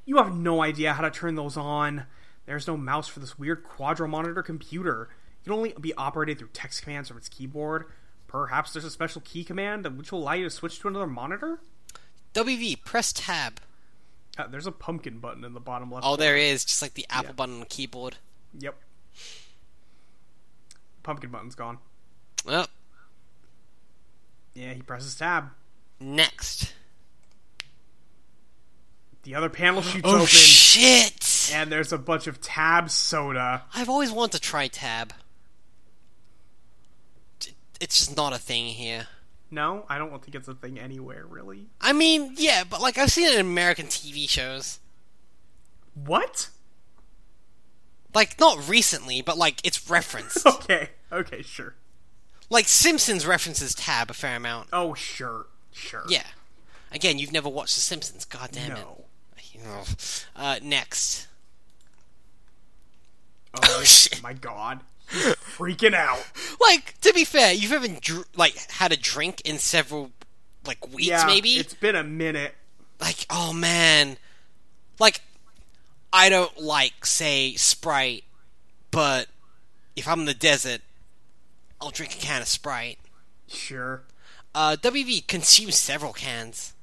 [SPEAKER 2] You have no idea how to turn those on. There's no mouse for this weird quadro monitor computer. It can only be operated through text commands from its keyboard. Perhaps there's a special key command that- which will allow you to switch to another monitor?
[SPEAKER 1] WV, press tab.
[SPEAKER 2] Uh, there's a pumpkin button in the bottom left.
[SPEAKER 1] Oh, there is just like the Apple
[SPEAKER 2] Yeah.
[SPEAKER 1] button on the keyboard.
[SPEAKER 2] Yep. Pumpkin button's gone.
[SPEAKER 1] Well,
[SPEAKER 2] Yeah, he presses tab.
[SPEAKER 1] next.
[SPEAKER 2] The other panel shoots
[SPEAKER 1] Oh
[SPEAKER 2] open,
[SPEAKER 1] shit!
[SPEAKER 2] and there's a bunch of tab soda.
[SPEAKER 1] I've always wanted to try tab. It's just not a thing here.
[SPEAKER 2] No, I don't think it's a thing anywhere, really.
[SPEAKER 1] I mean, yeah, but like I've seen it in American TV shows.
[SPEAKER 2] What? <laughs>
[SPEAKER 1] Like not recently, but like it's
[SPEAKER 2] <laughs>
[SPEAKER 1] referenced.
[SPEAKER 2] Okay, okay, sure.
[SPEAKER 1] like Simpsons references tab a fair amount.
[SPEAKER 2] Oh, sure, sure.
[SPEAKER 1] Yeah. Again, you've never watched The Simpsons. God damn it.
[SPEAKER 2] No.
[SPEAKER 1] Ugh. <sighs> Uh, next. <laughs>
[SPEAKER 2] Oh
[SPEAKER 1] shit.
[SPEAKER 2] my god. He's freaking out.
[SPEAKER 1] Like to be fair, you've haven't dr- like had a drink in several like weeks,
[SPEAKER 2] Yeah,
[SPEAKER 1] maybe.
[SPEAKER 2] it's been a minute.
[SPEAKER 1] like oh man like i don't like say sprite but if i'm in the desert i'll drink a can of sprite
[SPEAKER 2] Sure.
[SPEAKER 1] uh wv consumes several cans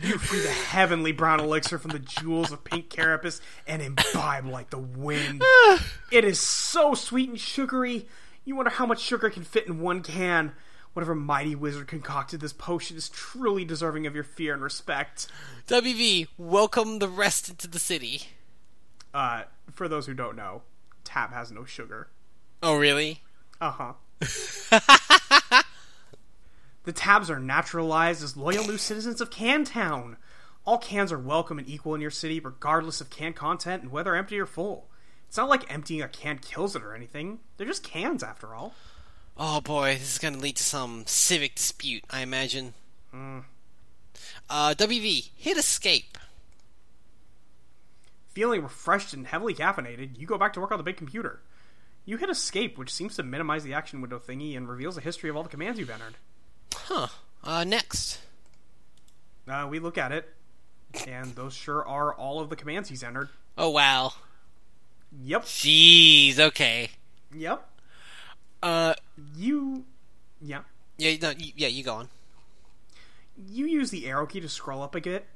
[SPEAKER 2] You free the heavenly brown elixir from the jewels of pink carapace and imbibe like the wind. it is so sweet and sugary. You wonder how much sugar can fit in one can. Whatever mighty wizard concocted this potion is truly deserving of your fear and respect.
[SPEAKER 1] wv welcome the rest into the city
[SPEAKER 2] Uh, for those who don't know, Tab has no sugar.
[SPEAKER 1] oh really
[SPEAKER 2] Uh huh. <laughs> the tabs are naturalized as loyal new citizens of Cantown. All cans are welcome and equal in your city, regardless of can content and whether empty or full. It's not like emptying a can kills it or anything. They're just cans, after all.
[SPEAKER 1] oh boy this is gonna lead to some civic dispute i imagine Hmm. uh wv hit escape
[SPEAKER 2] Feeling refreshed and heavily caffeinated, you go back to work on the big computer. You hit escape, which seems to minimize the action window thingy and reveals a history of all the commands you've entered.
[SPEAKER 1] huh uh next
[SPEAKER 2] Uh, we look at it, and those sure are all of the commands he's entered.
[SPEAKER 1] oh wow
[SPEAKER 2] Yep,
[SPEAKER 1] jeez okay
[SPEAKER 2] yep.
[SPEAKER 1] uh
[SPEAKER 2] You, yeah,
[SPEAKER 1] yeah no, you, yeah you go on
[SPEAKER 2] you use the arrow key to scroll up a bit.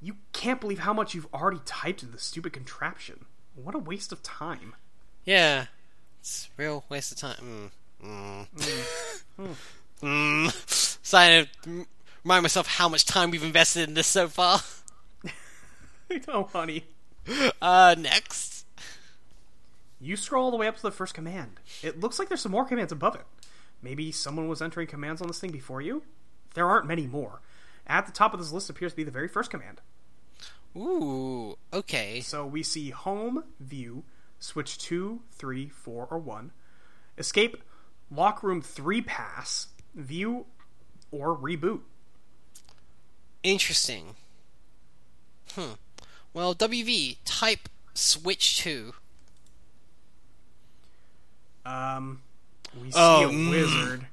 [SPEAKER 2] You can't believe how much you've already typed in this stupid contraption. What a waste of time.
[SPEAKER 1] Yeah. It's a real waste of time. Mm. Mm. <laughs> mm. Starting to m- remind myself how much time we've invested in this so far. <laughs>
[SPEAKER 2] oh, honey.
[SPEAKER 1] Uh, next.
[SPEAKER 2] You scroll all the way up to the first command. It looks like there's some more commands above it. Maybe someone was entering commands on this thing before you? There aren't many more. At the top of this list appears to be the very first command.
[SPEAKER 1] Ooh, okay.
[SPEAKER 2] So we see home, view, switch two, three, four, or 1, escape, lock room 3 pass, view, or reboot.
[SPEAKER 1] Interesting. Hmm. Well, WV, type switch to.
[SPEAKER 2] Um, we see
[SPEAKER 1] Oh,
[SPEAKER 2] a
[SPEAKER 1] mm.
[SPEAKER 2] wizard.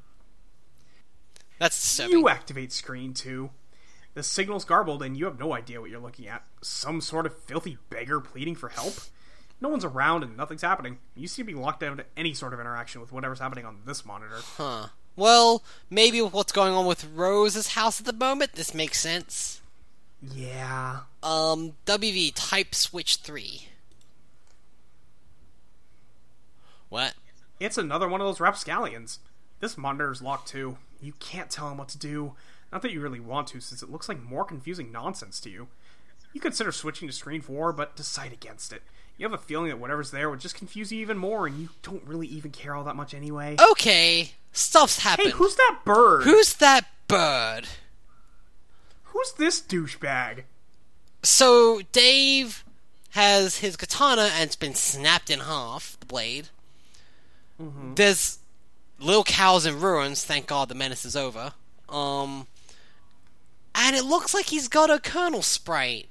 [SPEAKER 1] That's disturbing.
[SPEAKER 2] You activate screen 2. The signal's garbled and you have no idea what you're looking at. Some sort of filthy beggar pleading for help? No one's around and nothing's happening. You seem to be locked down to any sort of interaction with whatever's happening on this monitor.
[SPEAKER 1] Huh. Well, maybe with what's going on with Rose's house at the moment, this makes sense.
[SPEAKER 2] Yeah.
[SPEAKER 1] Um, WV, type switch 3. What?
[SPEAKER 2] It's another one of those rapscallions. This monitor's locked too. You can't tell him what to do. Not that you really want to, since it looks like more confusing nonsense to you. You consider switching to screen 4, but decide against it. You have a feeling that whatever's there would just confuse you even more, and you don't really even care all that much anyway.
[SPEAKER 1] Oh, Okay, stuff's
[SPEAKER 2] hey,
[SPEAKER 1] happened.
[SPEAKER 2] who's that bird?
[SPEAKER 1] Who's that bird?
[SPEAKER 2] Who's this douchebag?
[SPEAKER 1] So, Dave has his katana and it's been snapped in half, the blade. There's little cows in ruins, thank god the menace is over. Um, and it looks like he's got a kernel sprite.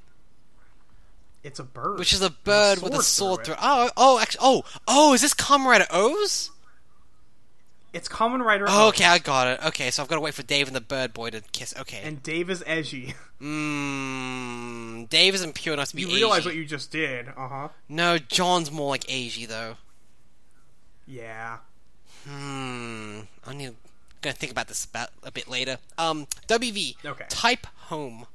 [SPEAKER 2] It's a bird.
[SPEAKER 1] which is a bird with a sword
[SPEAKER 2] sword
[SPEAKER 1] through.
[SPEAKER 2] through
[SPEAKER 1] it. Oh, oh, actually, oh, oh, is this Comrade O's?
[SPEAKER 2] It's Common Rider
[SPEAKER 1] Oh, okay, I got it. Okay, so I've got to wait for Dave and the Bird Boy to kiss. Okay.
[SPEAKER 2] and Dave is Edgy.
[SPEAKER 1] Mmm. Dave isn't pure enough to be.
[SPEAKER 2] <laughs> You realize
[SPEAKER 1] Eiji.
[SPEAKER 2] what you just did, uh huh.
[SPEAKER 1] No, John's more like Eiji though.
[SPEAKER 2] Yeah.
[SPEAKER 1] Hmm. I need. Gonna think about this about a bit later. Um, WV.
[SPEAKER 2] Okay.
[SPEAKER 1] Type home.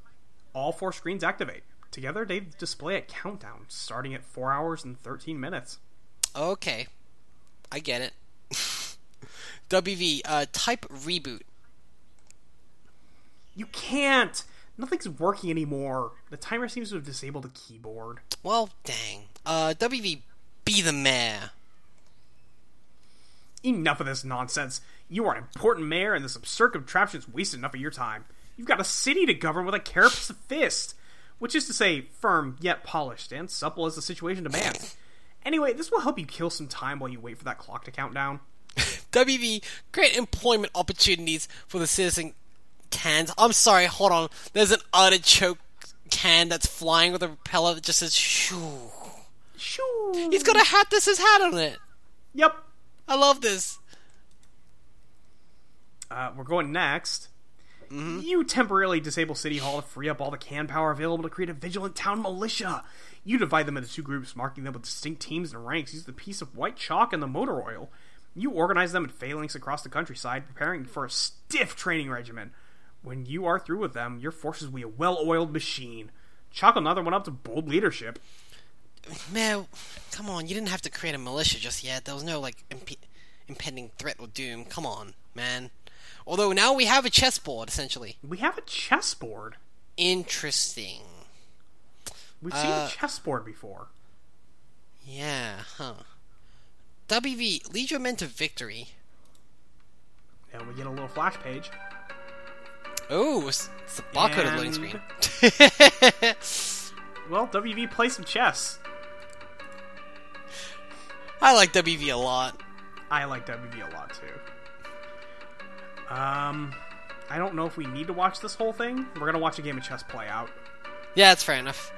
[SPEAKER 2] All four screens activate. Together, they display a countdown starting at 4 hours and 13 minutes.
[SPEAKER 1] Okay, I get it. <laughs> WV. Uh, type reboot.
[SPEAKER 2] You can't! Nothing's working anymore. The timer seems to have disabled the keyboard.
[SPEAKER 1] Well, dang. Uh, WV. Be the mayor.
[SPEAKER 2] Enough of this nonsense. You are an important mayor, and this absurd contraption's wasted enough of your time. You've got a city to govern with a carapace of fist, which is to say, firm yet polished and supple as the situation demands. Anyway, this will help you kill some time while you wait for that clock to count down.
[SPEAKER 1] WV create employment opportunities for the citizen cans. I'm sorry, hold on. There's an artichoke can that's flying with a propeller that just says shoo.
[SPEAKER 2] Shoo!
[SPEAKER 1] He's got a hat that says hat on it.
[SPEAKER 2] Yep,
[SPEAKER 1] I love this.
[SPEAKER 2] Uh, we're going next. You temporarily disable City Hall to free up all the can power available to create a vigilant town militia. You divide them into two groups, marking them with distinct teams and ranks. Use the piece of white chalk and the motor oil. You organize them in phalanx across the countryside, preparing for a stiff training regimen. When you are through with them, your forces will be a well oiled machine. Chalk another one up to bold leadership.
[SPEAKER 1] Man, come on. You didn't have to create a militia just yet. There was no like imp- impending threat or doom. Come on, man. Although now we have a chessboard essentially.
[SPEAKER 2] We have a chessboard.
[SPEAKER 1] Interesting.
[SPEAKER 2] We've seen
[SPEAKER 1] Uh,
[SPEAKER 2] a chessboard before.
[SPEAKER 1] Yeah, huh. WV lead your men to victory.
[SPEAKER 2] And we get a little flash page.
[SPEAKER 1] Oh, it's, it's the barcode loading
[SPEAKER 2] And-
[SPEAKER 1] screen.
[SPEAKER 2] Well, WV, play some chess.
[SPEAKER 1] <laughs> I like WV a lot.
[SPEAKER 2] I like WB a lot too. Um, I don't know if we need to watch this whole thing. We're gonna watch a game of chess play out.
[SPEAKER 1] Yeah, that's fair enough.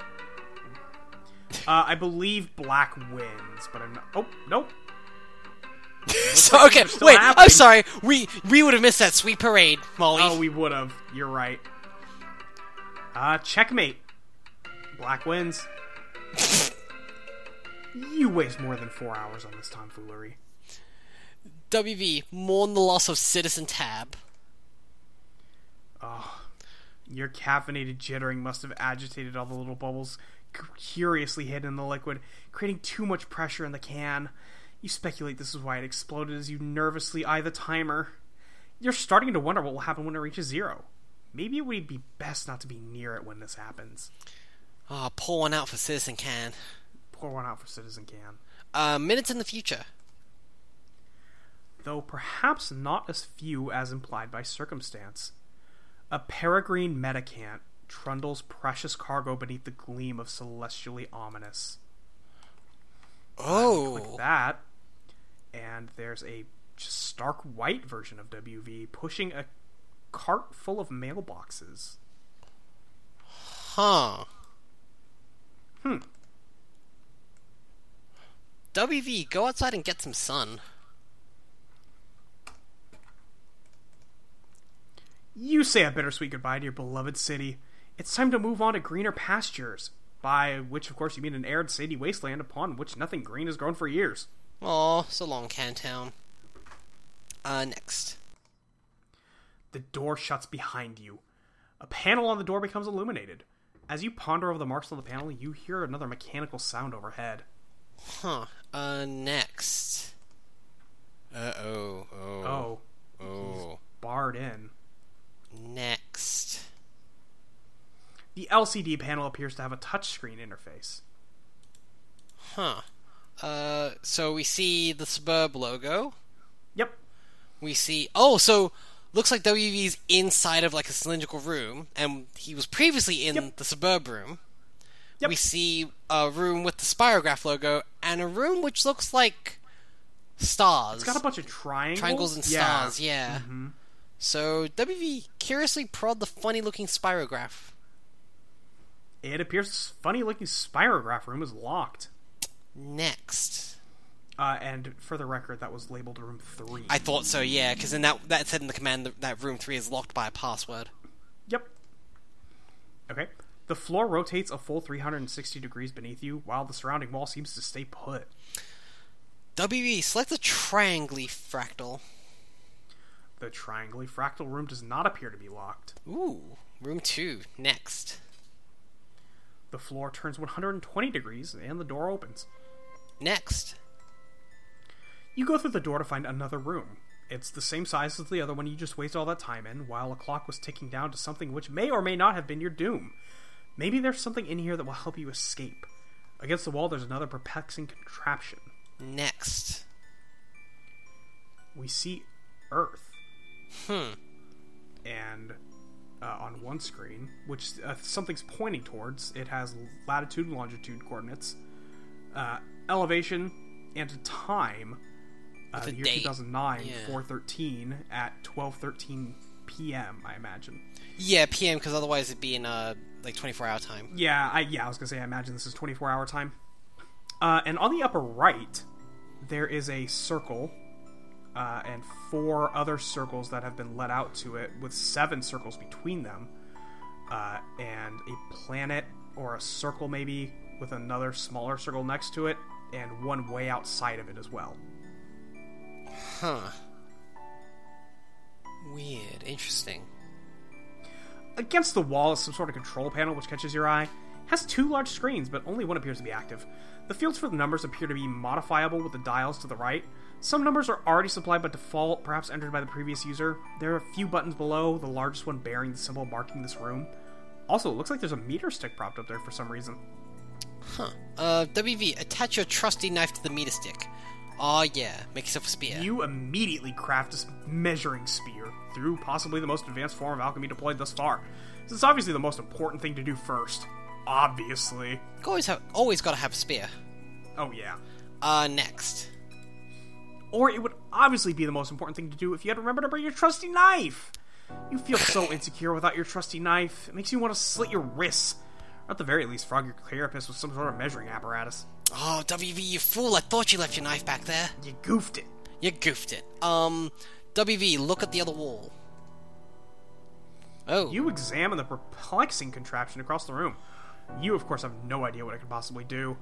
[SPEAKER 2] Uh, I believe black wins, but I'm not. Oh nope.
[SPEAKER 1] <laughs> So okay,
[SPEAKER 2] still
[SPEAKER 1] wait. I'm
[SPEAKER 2] happening.
[SPEAKER 1] sorry. We we would have missed that sweet parade, Molly.
[SPEAKER 2] Oh, we would have. You're right. Uh, checkmate. Black wins. you waste more than four hours on this tomfoolery.
[SPEAKER 1] WV mourn the loss of Citizen Tab.
[SPEAKER 2] Your caffeinated jittering must have agitated all the little bubbles c- curiously hidden in the liquid, creating too much pressure in the can. You speculate this is why it exploded as you nervously eye the timer. You're starting to wonder what will happen when it reaches zero. Maybe it would be best not to be near it when this happens.
[SPEAKER 1] Ah, pour one out for Citizen Can.
[SPEAKER 2] Pour one out for Citizen Can.
[SPEAKER 1] Uh, minutes in the future.
[SPEAKER 2] Though perhaps not as few as implied by circumstance. A peregrine metacant trundles precious cargo beneath the gleam of celestially ominous. Click
[SPEAKER 1] Oh,
[SPEAKER 2] that, and there's a just stark white version of WV pushing a cart full of mailboxes.
[SPEAKER 1] huh. Hmm. WV, go outside and get some sun.
[SPEAKER 2] You say a bittersweet goodbye to your beloved city. It's time to move on to greener pastures. By which, of course, you mean an arid, sandy wasteland upon which nothing green has grown for years.
[SPEAKER 1] Aw, so long, Cantown. Uh, next.
[SPEAKER 2] The door shuts behind you. A panel on the door becomes illuminated. As you ponder over the marks on the panel, you hear another mechanical sound overhead.
[SPEAKER 1] Huh. Uh, next. Uh oh. Oh.
[SPEAKER 2] Oh,
[SPEAKER 1] Oh.
[SPEAKER 2] barred in.
[SPEAKER 1] Next.
[SPEAKER 2] The LCD panel appears to have a touchscreen interface.
[SPEAKER 1] Huh. Uh, so we see the Suburb logo.
[SPEAKER 2] Yep,
[SPEAKER 1] We see. Oh, so looks like WV's inside of like a cylindrical room, and he was previously in the Suburb room.
[SPEAKER 2] Yep.
[SPEAKER 1] We see a room with the Spirograph logo, and a room which looks like stars.
[SPEAKER 2] it's got a bunch of triangles.
[SPEAKER 1] triangles and
[SPEAKER 2] Yeah.
[SPEAKER 1] stars, yeah. So WV curiously prod the funny looking spirograph.
[SPEAKER 2] It appears this funny looking spirograph room is locked.
[SPEAKER 1] Next.
[SPEAKER 2] Uh, and for the record, that was labeled room three.
[SPEAKER 1] I thought so, yeah, because then that that said in the command that, that room three is locked by a password.
[SPEAKER 2] Yep. Okay. The floor rotates a full 360 degrees beneath you, while the surrounding wall seems to stay put.
[SPEAKER 1] WV, select the triangle fractal.
[SPEAKER 2] The triangle fractal room does not appear to be locked.
[SPEAKER 1] Ooh, room two. Next.
[SPEAKER 2] The floor turns 120 degrees, and the door opens.
[SPEAKER 1] Next.
[SPEAKER 2] You go through the door to find another room. It's the same size as the other one you just wasted all that time in, while a clock was ticking down to something which may or may not have been your doom. Maybe there's something in here that will help you escape. Against the wall, there's another perplexing contraption.
[SPEAKER 1] Next.
[SPEAKER 2] We see Earth.
[SPEAKER 1] Hmm.
[SPEAKER 2] and uh, on one screen, which uh, something's pointing towards. It has latitude and longitude coordinates, uh, elevation, and a time. Uh,
[SPEAKER 1] With a
[SPEAKER 2] the year
[SPEAKER 1] date.
[SPEAKER 2] 2009,
[SPEAKER 1] Yeah.
[SPEAKER 2] 413 at 12:13 p.m. I imagine.
[SPEAKER 1] Yeah, PM, because otherwise it'd be in uh like 24 hour time.
[SPEAKER 2] Yeah, I yeah, I was gonna say I imagine this is 24 hour time. Uh, and on the upper right, there is a circle. Uh, and four other circles that have been let out to it, with seven circles between them, uh, and a planet or a circle maybe with another smaller circle next to it, and one way outside of it as well.
[SPEAKER 1] Huh. Weird. Interesting.
[SPEAKER 2] Against the wall is some sort of control panel which catches your eye. Has two large screens, but only one appears to be active. The fields for the numbers appear to be modifiable with the dials to the right. Some numbers are already supplied by default, perhaps entered by the previous user. There are a few buttons below, the largest one bearing the symbol marking this room. Also, it looks like there's a meter stick propped up there for some reason.
[SPEAKER 1] Huh. Uh, WV, attach your trusty knife to the meter stick. Aw, yeah. Make yourself a spear.
[SPEAKER 2] You immediately craft a s- measuring spear through possibly the most advanced form of alchemy deployed thus far. This is obviously the most important thing to do first. Obviously.
[SPEAKER 1] always have always gotta have a spear.
[SPEAKER 2] Oh, yeah.
[SPEAKER 1] Uh, next.
[SPEAKER 2] Or it would obviously be the most important thing to do if you had remembered to bring your trusty knife. You feel so insecure without your trusty knife. It makes you want to slit your wrists. Or at the very least, frog your clearpus with some sort of measuring apparatus.
[SPEAKER 1] Oh, WV, you fool! I thought you left your knife back there.
[SPEAKER 2] You goofed it.
[SPEAKER 1] You goofed it. Um, WV, look at the other wall. Oh,
[SPEAKER 2] You examine the perplexing contraption across the room. You, of course, have no idea what it could possibly do.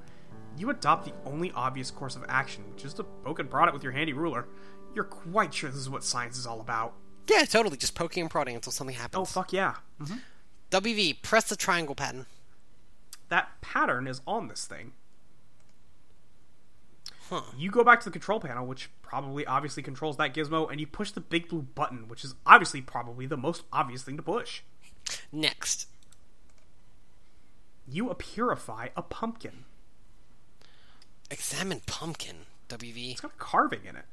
[SPEAKER 2] You adopt the only obvious course of action, which is to poke and prod it with your handy ruler. You're quite sure this is what science is all about.
[SPEAKER 1] yeah, totally. Just poking and prodding until something
[SPEAKER 2] Oh,
[SPEAKER 1] happens.
[SPEAKER 2] fuck yeah.
[SPEAKER 1] WV, press the triangle pattern.
[SPEAKER 2] that pattern is on this thing.
[SPEAKER 1] Huh.
[SPEAKER 2] You go back to the control panel, which probably obviously controls that gizmo, and you push the big blue button, which is obviously probably the most obvious thing to push.
[SPEAKER 1] Next.
[SPEAKER 2] You purify a pumpkin.
[SPEAKER 1] Examine pumpkin. WV.
[SPEAKER 2] It's got a carving in it.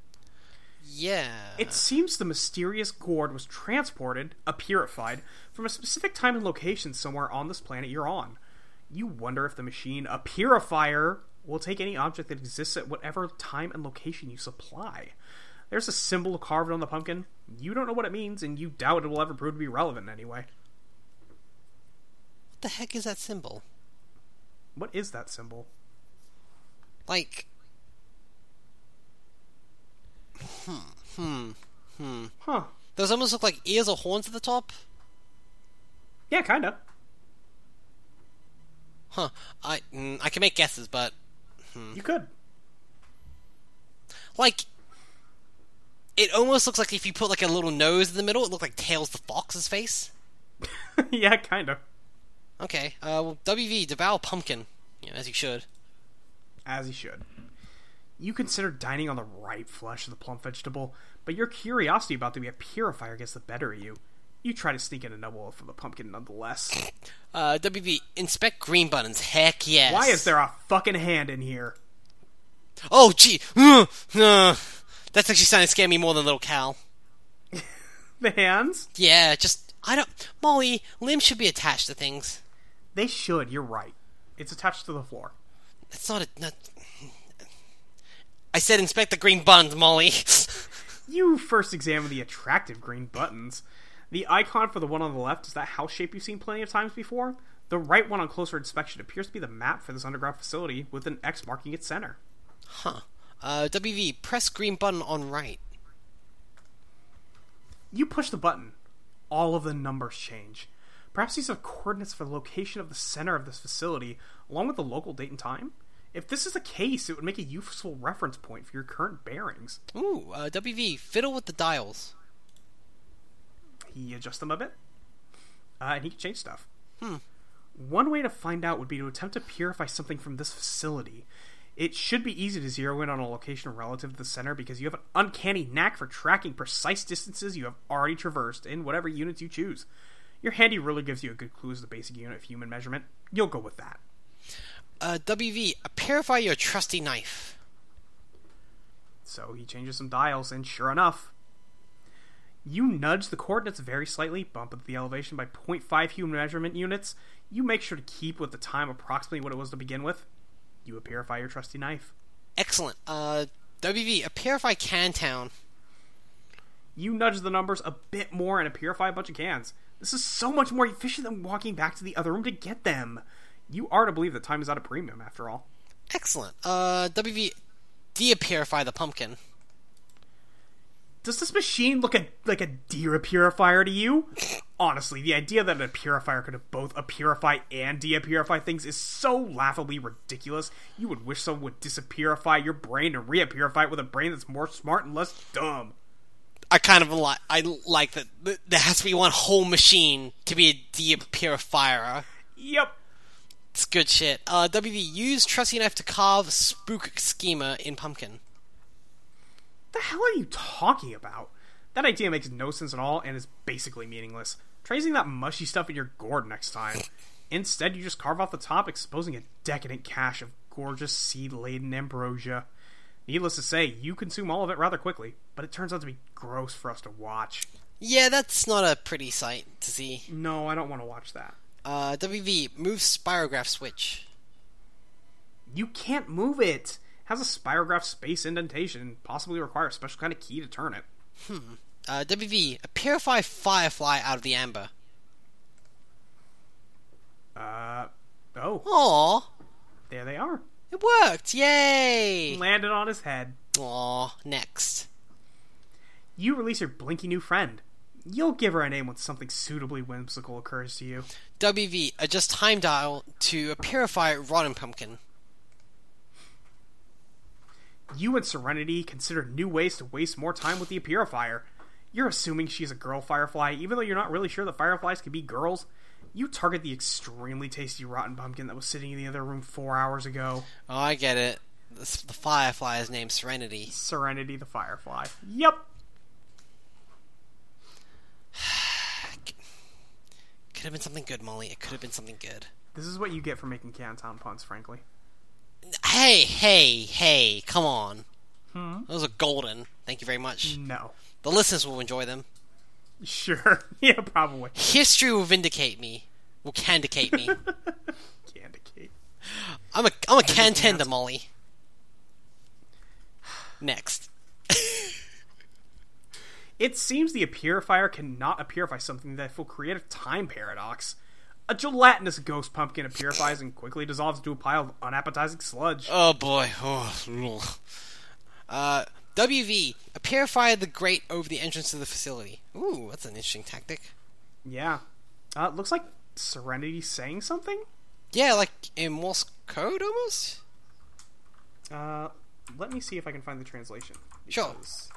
[SPEAKER 1] Yeah.
[SPEAKER 2] It seems the mysterious gourd was transported, a purified, from a specific time and location somewhere on this planet you're on. You wonder if the machine, a purifier, will take any object that exists at whatever time and location you supply. There's a symbol carved on the pumpkin. You don't know what it means, and you doubt it will ever prove to be relevant in any way.
[SPEAKER 1] What the heck is that symbol?
[SPEAKER 2] What is that symbol?
[SPEAKER 1] Like. Hmm. Hmm. Hmm.
[SPEAKER 2] Huh.
[SPEAKER 1] Those almost look like ears or horns at the top.
[SPEAKER 2] Yeah, kinda.
[SPEAKER 1] Huh. I mm, I can make guesses, but
[SPEAKER 2] You could. <laughs>
[SPEAKER 1] like, it almost looks like if you put like a little nose in the middle, it looked like Tails the Fox's face.
[SPEAKER 2] yeah, kinda.
[SPEAKER 1] Okay. Uh, well, WV devour pumpkin, you know, as you should.
[SPEAKER 2] as he should. You consider dining on the ripe flesh of the plump vegetable, but your curiosity about the purifier gets the better of you. You try to sneak in a nibble from the pumpkin nonetheless.
[SPEAKER 1] Uh, WV inspect green buttons. Heck yes.
[SPEAKER 2] Why is there a fucking hand in here?
[SPEAKER 1] Oh, gee. Ugh. Ugh. That's actually starting to scare me more than little Cal.
[SPEAKER 2] The hands?
[SPEAKER 1] Yeah, just I don't. Molly, limbs should be attached to things.
[SPEAKER 2] They should, you're right. It's attached to the floor.
[SPEAKER 1] It's not a. Not... I said inspect the green buttons, Molly. <laughs>
[SPEAKER 2] You first examine the attractive green buttons. The icon for the one on the left is that house shape you've seen plenty of times before. The right one on closer inspection appears to be the map for this underground facility with an X marking its center.
[SPEAKER 1] huh. Uh, WV, press green button on right.
[SPEAKER 2] You push the button. All of the numbers change. Perhaps these are coordinates for the location of the center of this facility, along with the local date and time? If this is the case, it would make a useful reference point for your current bearings.
[SPEAKER 1] Ooh, uh, WV, fiddle with the dials.
[SPEAKER 2] He adjusts them a bit, uh, and he can change stuff. One way to find out would be to attempt to purify something from this facility. It should be easy to zero in on a location relative to the center because you have an uncanny knack for tracking precise distances you have already traversed in whatever units you choose. Your handy ruler gives you a good clue as the basic unit of human measurement. You'll go with that.
[SPEAKER 1] Uh, WV, purify your trusty knife.
[SPEAKER 2] So he changes some dials, and sure enough, you nudge the coordinates very slightly, bump up the elevation by 0.5 human measurement units. You make sure to keep with the time approximately what it was to begin with. You purify your trusty knife.
[SPEAKER 1] Excellent. Uh, WV, purify Cantown.
[SPEAKER 2] You nudge the numbers a bit more and purify a bunch of cans. This is so much more efficient than walking back to the other room to get them. You are to believe that time is at a premium, after all.
[SPEAKER 1] Excellent. Uh, WV, de purify the pumpkin.
[SPEAKER 2] Does this machine look a, like a deer purifier to you? Honestly, the idea that a purifier could both a purify and de-purify things is so laughably ridiculous. You would wish someone would disapurify your brain and reapurify it with a brain that's more smart and less dumb.
[SPEAKER 1] I kind of like I like that th- there has to be one whole machine to be a de purifier.
[SPEAKER 2] Yep.
[SPEAKER 1] It's good shit. Uh, WV, use trusty knife to carve spook schema in pumpkin.
[SPEAKER 2] The hell are you talking about? That idea makes no sense at all and is basically meaningless. Try using that mushy stuff in your gourd next time. Instead, you just carve off the top, exposing a decadent cache of gorgeous seed laden ambrosia. Needless to say, you consume all of it rather quickly, but it turns out to be gross for us to watch.
[SPEAKER 1] Yeah, that's not a pretty sight to see.
[SPEAKER 2] No, I don't want to watch that.
[SPEAKER 1] Uh, WV, move spirograph switch.
[SPEAKER 2] You can't move it! It has a spirograph space indentation, possibly require a special kind of key to turn it.
[SPEAKER 1] Uh, WV, purify firefly out of the amber.
[SPEAKER 2] Uh, oh,
[SPEAKER 1] Aw,
[SPEAKER 2] there they are.
[SPEAKER 1] it worked! Yay!
[SPEAKER 2] Landed on his head.
[SPEAKER 1] Aw, next.
[SPEAKER 2] you release your blinky new friend. You'll give her a name when something suitably whimsical occurs to you.
[SPEAKER 1] WV, adjust time dial to purify rotten pumpkin.
[SPEAKER 2] You and Serenity consider new ways to waste more time with the purifier. You're assuming she's a girl firefly, even though you're not really sure that fireflies can be girls. You target the extremely tasty rotten pumpkin that was sitting in the other room four hours ago.
[SPEAKER 1] Oh, I get it. This, the firefly is named Serenity.
[SPEAKER 2] Serenity the firefly. Yep.
[SPEAKER 1] Could have been something good, Molly. It could have been something good.
[SPEAKER 2] This is what you get for making Canton puns, frankly.
[SPEAKER 1] Hey, hey, hey, come on. Those are golden. Thank you very much.
[SPEAKER 2] No. <laughs>
[SPEAKER 1] The listeners will enjoy them.
[SPEAKER 2] Sure. <laughs> yeah, probably.
[SPEAKER 1] History will vindicate me. Will candicate me.
[SPEAKER 2] Candy cake.
[SPEAKER 1] I'm a I'm a contender,
[SPEAKER 2] <sighs>
[SPEAKER 1] Molly. Next.
[SPEAKER 2] It seems the purifier cannot purify something that will create a time paradox. A gelatinous ghost pumpkin purifies and quickly dissolves into a pile of unappetizing sludge.
[SPEAKER 1] Oh boy. Oh. ugh. Uh, WV. A purifier the grate over the entrance to the facility. Ooh, that's an interesting tactic.
[SPEAKER 2] Yeah. Uh, it looks like Serenity saying something?
[SPEAKER 1] Yeah, like in Morse code almost.
[SPEAKER 2] Uh, let me see if I can find the translation.
[SPEAKER 1] Sure.
[SPEAKER 2] because-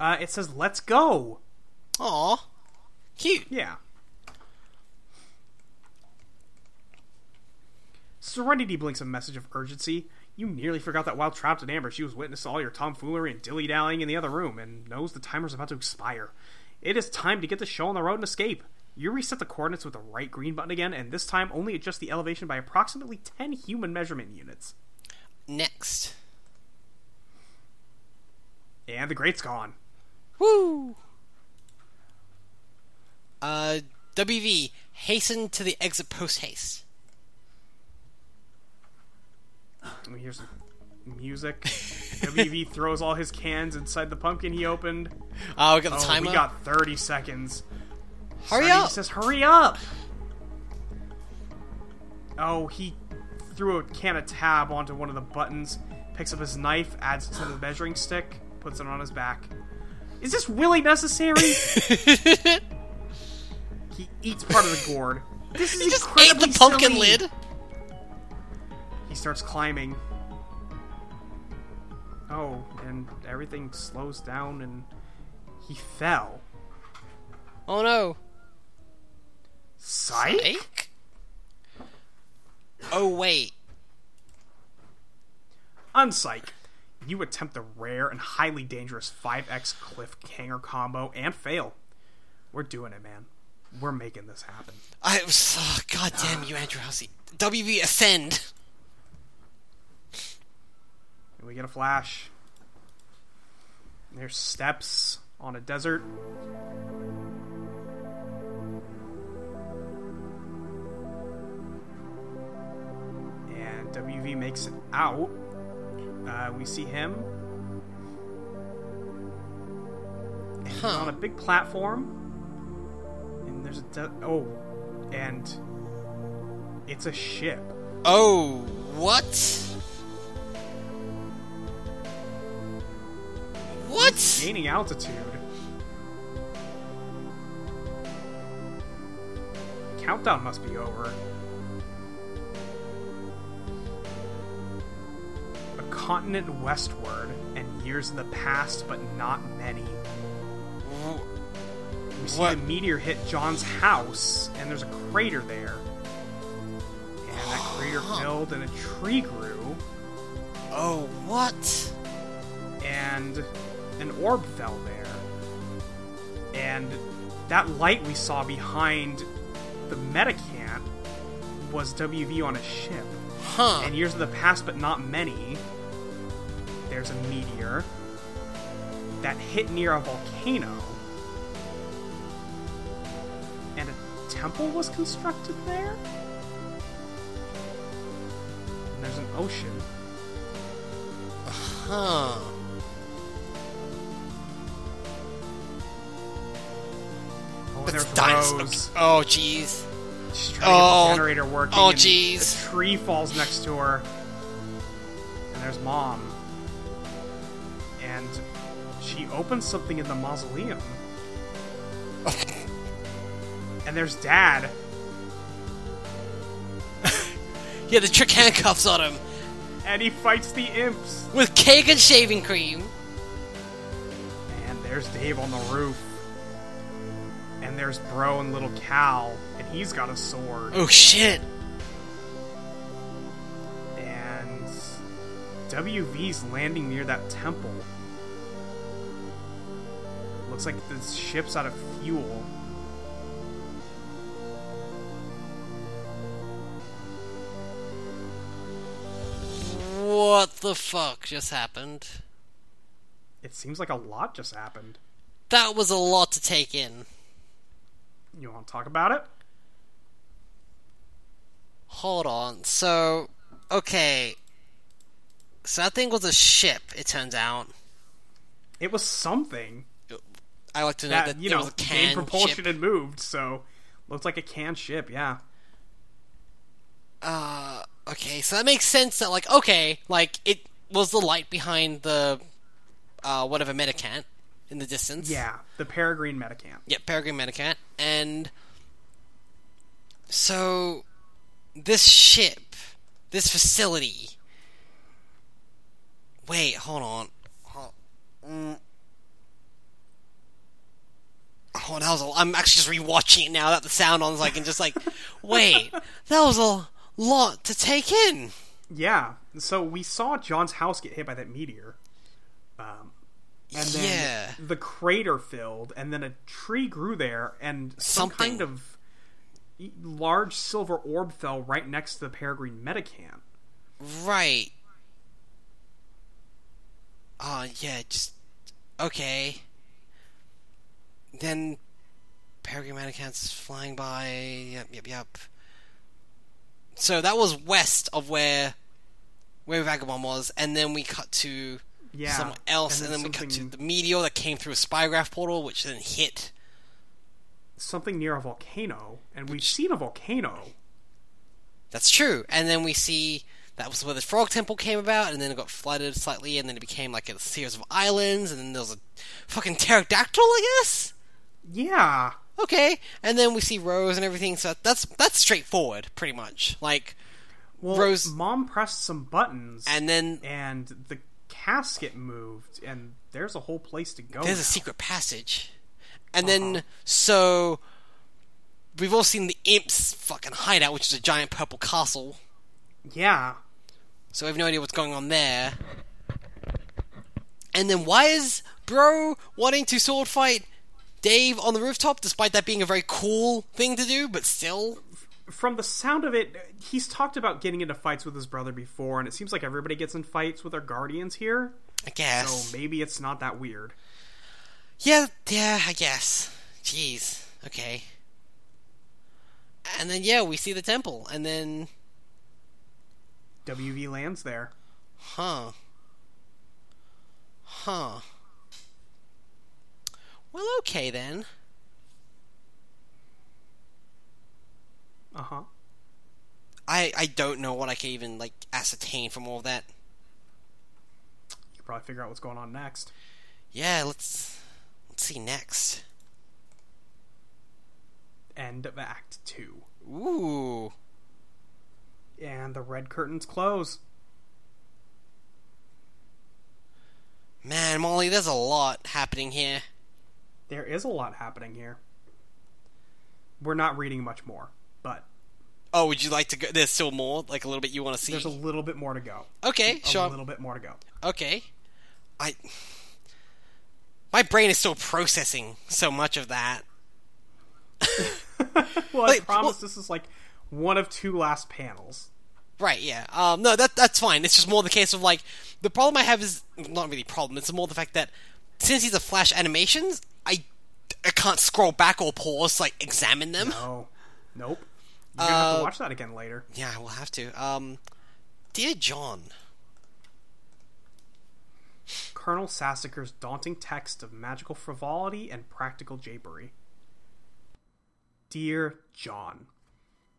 [SPEAKER 2] Uh, it says, let's go!
[SPEAKER 1] Aw, cute.
[SPEAKER 2] Yeah. Serenity blinks a message of urgency. You nearly forgot that while trapped in amber, she was witness to all your tomfoolery and dilly dallying in the other room, and knows the timer's about to expire. It is time to get the show on the road and escape. You reset the coordinates with the right green button again, and this time only adjust the elevation by approximately 10 human measurement units.
[SPEAKER 1] Next.
[SPEAKER 2] And the grate's gone.
[SPEAKER 1] Woo. Uh, WV. Hasten to the exit post haste.
[SPEAKER 2] Let me hear some music. WV throws all his cans inside the pumpkin he opened.
[SPEAKER 1] Oh, we got the
[SPEAKER 2] Oh,
[SPEAKER 1] timer.
[SPEAKER 2] we got 30 seconds.
[SPEAKER 1] Hurry
[SPEAKER 2] Sonny
[SPEAKER 1] up!
[SPEAKER 2] says, "Hurry up!" Oh, he threw a can of tab onto one of the buttons. Picks up his knife, adds it
[SPEAKER 1] <sighs>
[SPEAKER 2] to the measuring stick, puts it on his back. Is this
[SPEAKER 1] <laughs>
[SPEAKER 2] really necessary? he eats part of the
[SPEAKER 1] <laughs>
[SPEAKER 2] gourd. This is
[SPEAKER 1] He just ate
[SPEAKER 2] incredibly
[SPEAKER 1] the pumpkin
[SPEAKER 2] silly.
[SPEAKER 1] lid.
[SPEAKER 2] He starts climbing. Oh, and everything slows down, and he fell.
[SPEAKER 1] Oh no.
[SPEAKER 2] Psych.
[SPEAKER 1] Ache? Oh wait.
[SPEAKER 2] Unpsych. You attempt the rare and highly dangerous 5x cliff hanger combo and fail. We're doing it, man. We're making this happen.
[SPEAKER 1] I was. Oh, God damn you, Andrew Halsey. WV ascend.
[SPEAKER 2] And we get a flash. There's steps on a desert. And WV makes it out. Uh, we see him on a
[SPEAKER 1] Huh.
[SPEAKER 2] big platform, and there's a de- oh, and it's a ship.
[SPEAKER 1] Oh what? What?
[SPEAKER 2] gaining altitude. Countdown must be over. A continent westward, and years in the past, but not many. We see
[SPEAKER 1] What?
[SPEAKER 2] the meteor hit John's house, and there's a crater there. And that crater filled, and a tree grew,
[SPEAKER 1] Oh what?
[SPEAKER 2] and an orb fell there. And that light we saw behind the Metacant was WV on a ship.
[SPEAKER 1] Huh.
[SPEAKER 2] And years of the past, but not many, there's a meteor that hit near a volcano. And a temple was constructed there? And there's an ocean.
[SPEAKER 1] Huh.
[SPEAKER 2] Oh, and
[SPEAKER 1] That's
[SPEAKER 2] there's
[SPEAKER 1] dinosaur.
[SPEAKER 2] Rose.
[SPEAKER 1] Oh jeez.
[SPEAKER 2] She's trying oh, to
[SPEAKER 1] Oh.
[SPEAKER 2] get the generator working.
[SPEAKER 1] Oh,
[SPEAKER 2] and
[SPEAKER 1] jeez.
[SPEAKER 2] A tree falls next to her. And there's mom. And she opens something in the mausoleum. and there's dad.
[SPEAKER 1] Yeah, the trick handcuffs on him
[SPEAKER 2] And he fights the imps.
[SPEAKER 1] with cake and shaving cream.
[SPEAKER 2] And there's Dave on the roof. And there's Bro and little Cal. And he's got a sword.
[SPEAKER 1] Oh shit. Oh.
[SPEAKER 2] and WV's landing near that temple. Looks like the ship's out of fuel.
[SPEAKER 1] What the fuck just happened?
[SPEAKER 2] It seems like a lot just happened.
[SPEAKER 1] That was a lot to take in.
[SPEAKER 2] You want to talk about it?
[SPEAKER 1] Hold on. So, okay. So that thing was a ship, it turns out.
[SPEAKER 2] It was something
[SPEAKER 1] I like to know
[SPEAKER 2] that,
[SPEAKER 1] that,
[SPEAKER 2] you
[SPEAKER 1] it
[SPEAKER 2] know
[SPEAKER 1] was a
[SPEAKER 2] gained
[SPEAKER 1] canned
[SPEAKER 2] propulsion
[SPEAKER 1] ship.
[SPEAKER 2] and moved. So looked like a canned ship. Yeah.
[SPEAKER 1] Uh, okay, so that makes sense that, like, okay, like, it was the light behind the, uh, whatever, Metacant in the distance.
[SPEAKER 2] Yeah. The Peregrine Metacamp.
[SPEAKER 1] Yeah, Peregrine Metacat. And so this ship, this facility. Wait, hold on. Hold, mm. Oh, that was a, I'm actually just rewatching it now that the sound on, so I can just like, <laughs> wait, that was a lot to take in.
[SPEAKER 2] Yeah. So we saw John's house get hit by that meteor. Um, and then
[SPEAKER 1] Yeah.
[SPEAKER 2] the crater filled, and then a tree grew there, and some
[SPEAKER 1] Something.
[SPEAKER 2] kind of e, large silver orb fell right next to the peregrine metacamp.
[SPEAKER 1] Right. Oh, yeah, just. Okay. Then. Peregrine Manicant's flying by. Yep, yep, yep. So that was west of where. Where Vagabond was, and then we cut to
[SPEAKER 2] Yeah.
[SPEAKER 1] somewhere else, and then, we cut to
[SPEAKER 2] something-
[SPEAKER 1] the meteor that came through a spygraph portal, which then hit.
[SPEAKER 2] something near a volcano, and we've seen a volcano.
[SPEAKER 1] That's true. And then we see that was where the frog temple came about, and then it got flooded slightly, and then it became like a series of islands, and then there was a fucking pterodactyl, I guess.
[SPEAKER 2] Yeah.
[SPEAKER 1] Okay, and then we see Rose and everything. So that's that's straightforward, pretty much. Like,
[SPEAKER 2] Well,
[SPEAKER 1] Rose-
[SPEAKER 2] mom pressed some buttons,
[SPEAKER 1] and then
[SPEAKER 2] and the casket moved, and there's a whole place to go.
[SPEAKER 1] there's
[SPEAKER 2] now.
[SPEAKER 1] a secret passage, and then so we've all seen the imp's fucking hideout, which is a giant purple castle.
[SPEAKER 2] yeah.
[SPEAKER 1] So I have no idea what's going on there. And then why is Bro wanting to sword fight Dave on the rooftop, despite that being a very cool thing to do, but still?
[SPEAKER 2] from the sound of it, he's talked about getting into fights with his brother before, and it seems like everybody gets in fights with their guardians here.
[SPEAKER 1] I guess.
[SPEAKER 2] So maybe it's not that weird.
[SPEAKER 1] Yeah, yeah, I guess. Jeez. Okay. And then yeah, we see the temple, and then
[SPEAKER 2] WV lands there.
[SPEAKER 1] huh. Huh. Well okay then.
[SPEAKER 2] Uh huh.
[SPEAKER 1] I I don't know what I can even like ascertain from all that.
[SPEAKER 2] You can probably figure out what's going on next.
[SPEAKER 1] Yeah, let's let's see next.
[SPEAKER 2] End of Act 2.
[SPEAKER 1] Ooh.
[SPEAKER 2] And the red curtains close.
[SPEAKER 1] Man, Molly, there's a lot happening here.
[SPEAKER 2] There is a lot happening here. We're not reading much more, but
[SPEAKER 1] Oh, would you like to go there's still more? Like a little bit you want to see?
[SPEAKER 2] there's a little bit more to go.
[SPEAKER 1] okay,
[SPEAKER 2] A
[SPEAKER 1] sure.
[SPEAKER 2] little bit more to go.
[SPEAKER 1] Okay. I My brain is still processing so much of that.
[SPEAKER 2] Well, I
[SPEAKER 1] Wait,
[SPEAKER 2] promise
[SPEAKER 1] well-
[SPEAKER 2] this is like one of two last panels.
[SPEAKER 1] Right, yeah. Um, no, that that's fine. It's just more the case of like the problem I have is not really a problem. It's more the fact that since these are flash animations, I I can't scroll back or pause to, like examine them.
[SPEAKER 2] Oh, nope. You're gonna have to watch that again later.
[SPEAKER 1] Yeah, we'll have to. Um, dear John.
[SPEAKER 2] Colonel Sassaker's daunting text of magical frivolity and practical japery. Dear John,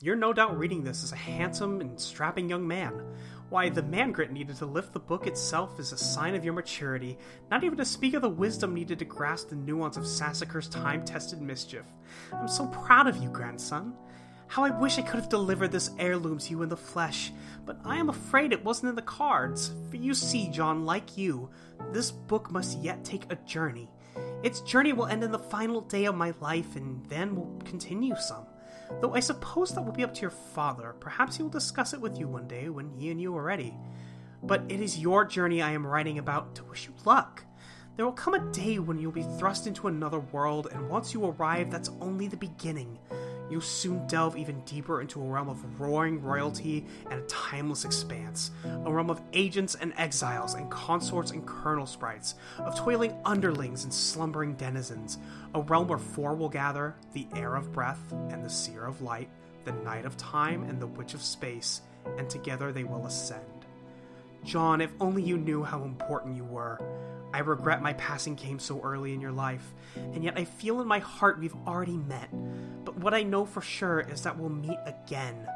[SPEAKER 2] you're no doubt reading this as a handsome and strapping young man. Why, the man grit needed to lift the book itself is a sign of your maturity, not even to speak of the wisdom needed to grasp the nuance of Sassaker's time tested mischief. I'm so proud of you, grandson. How I wish I could have delivered this heirloom to you in the flesh, but I am afraid it wasn't in the cards. For you see, John, like you, this book must yet take a journey. Its journey will end in the final day of my life and then will continue some. Though I suppose that will be up to your father. Perhaps he will discuss it with you one day when he and you are ready but it is your journey I am writing about to wish you luck. There will come a day when you'll be thrust into another world, and once you arrive, that's only the beginning. you'll soon delve even deeper into a realm of roaring royalty and a timeless expanse, a realm of agents and exiles and consorts and colonel sprites, of toiling underlings and slumbering denizens, a realm where four will gather, the air of breath and the seer of light, the knight of time and the witch of space, and together they will ascend. John, if only you knew how important you were. I regret my passing came so early in your life, and yet I feel in my heart we've already met. But what I know for sure is that we'll meet again.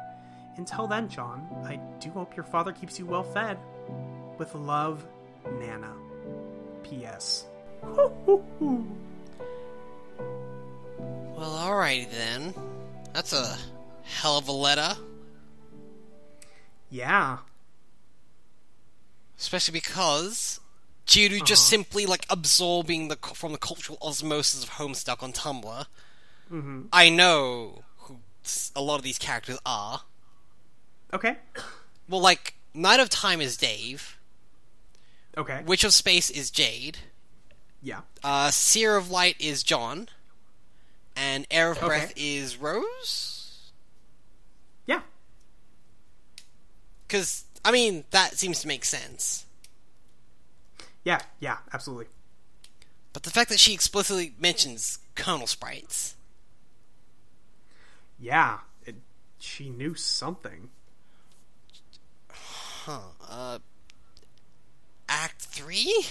[SPEAKER 2] Until then, John, I do hope your father keeps you well fed. With love, Nana. P.S.
[SPEAKER 1] Well, alrighty then. That's a hell of a letter.
[SPEAKER 2] <laughs> Yeah.
[SPEAKER 1] especially because due to just simply like absorbing the cu- from the cultural osmosis of Homestuck on Tumblr, I know who s- a lot of these characters are.
[SPEAKER 2] Okay.
[SPEAKER 1] Well, like Night of Time is Dave,
[SPEAKER 2] Okay.
[SPEAKER 1] Witch of Space is Jade,
[SPEAKER 2] Yeah.
[SPEAKER 1] uh, Seer of Light is John, and Air of
[SPEAKER 2] Okay.
[SPEAKER 1] Breath is Rose.
[SPEAKER 2] Yeah.
[SPEAKER 1] Because I mean that seems to make sense.
[SPEAKER 2] Yeah. Yeah. Absolutely.
[SPEAKER 1] But the fact that she explicitly mentions Colonel Sprites.
[SPEAKER 2] Yeah. It, she knew something.
[SPEAKER 1] Huh. Uh, Act three?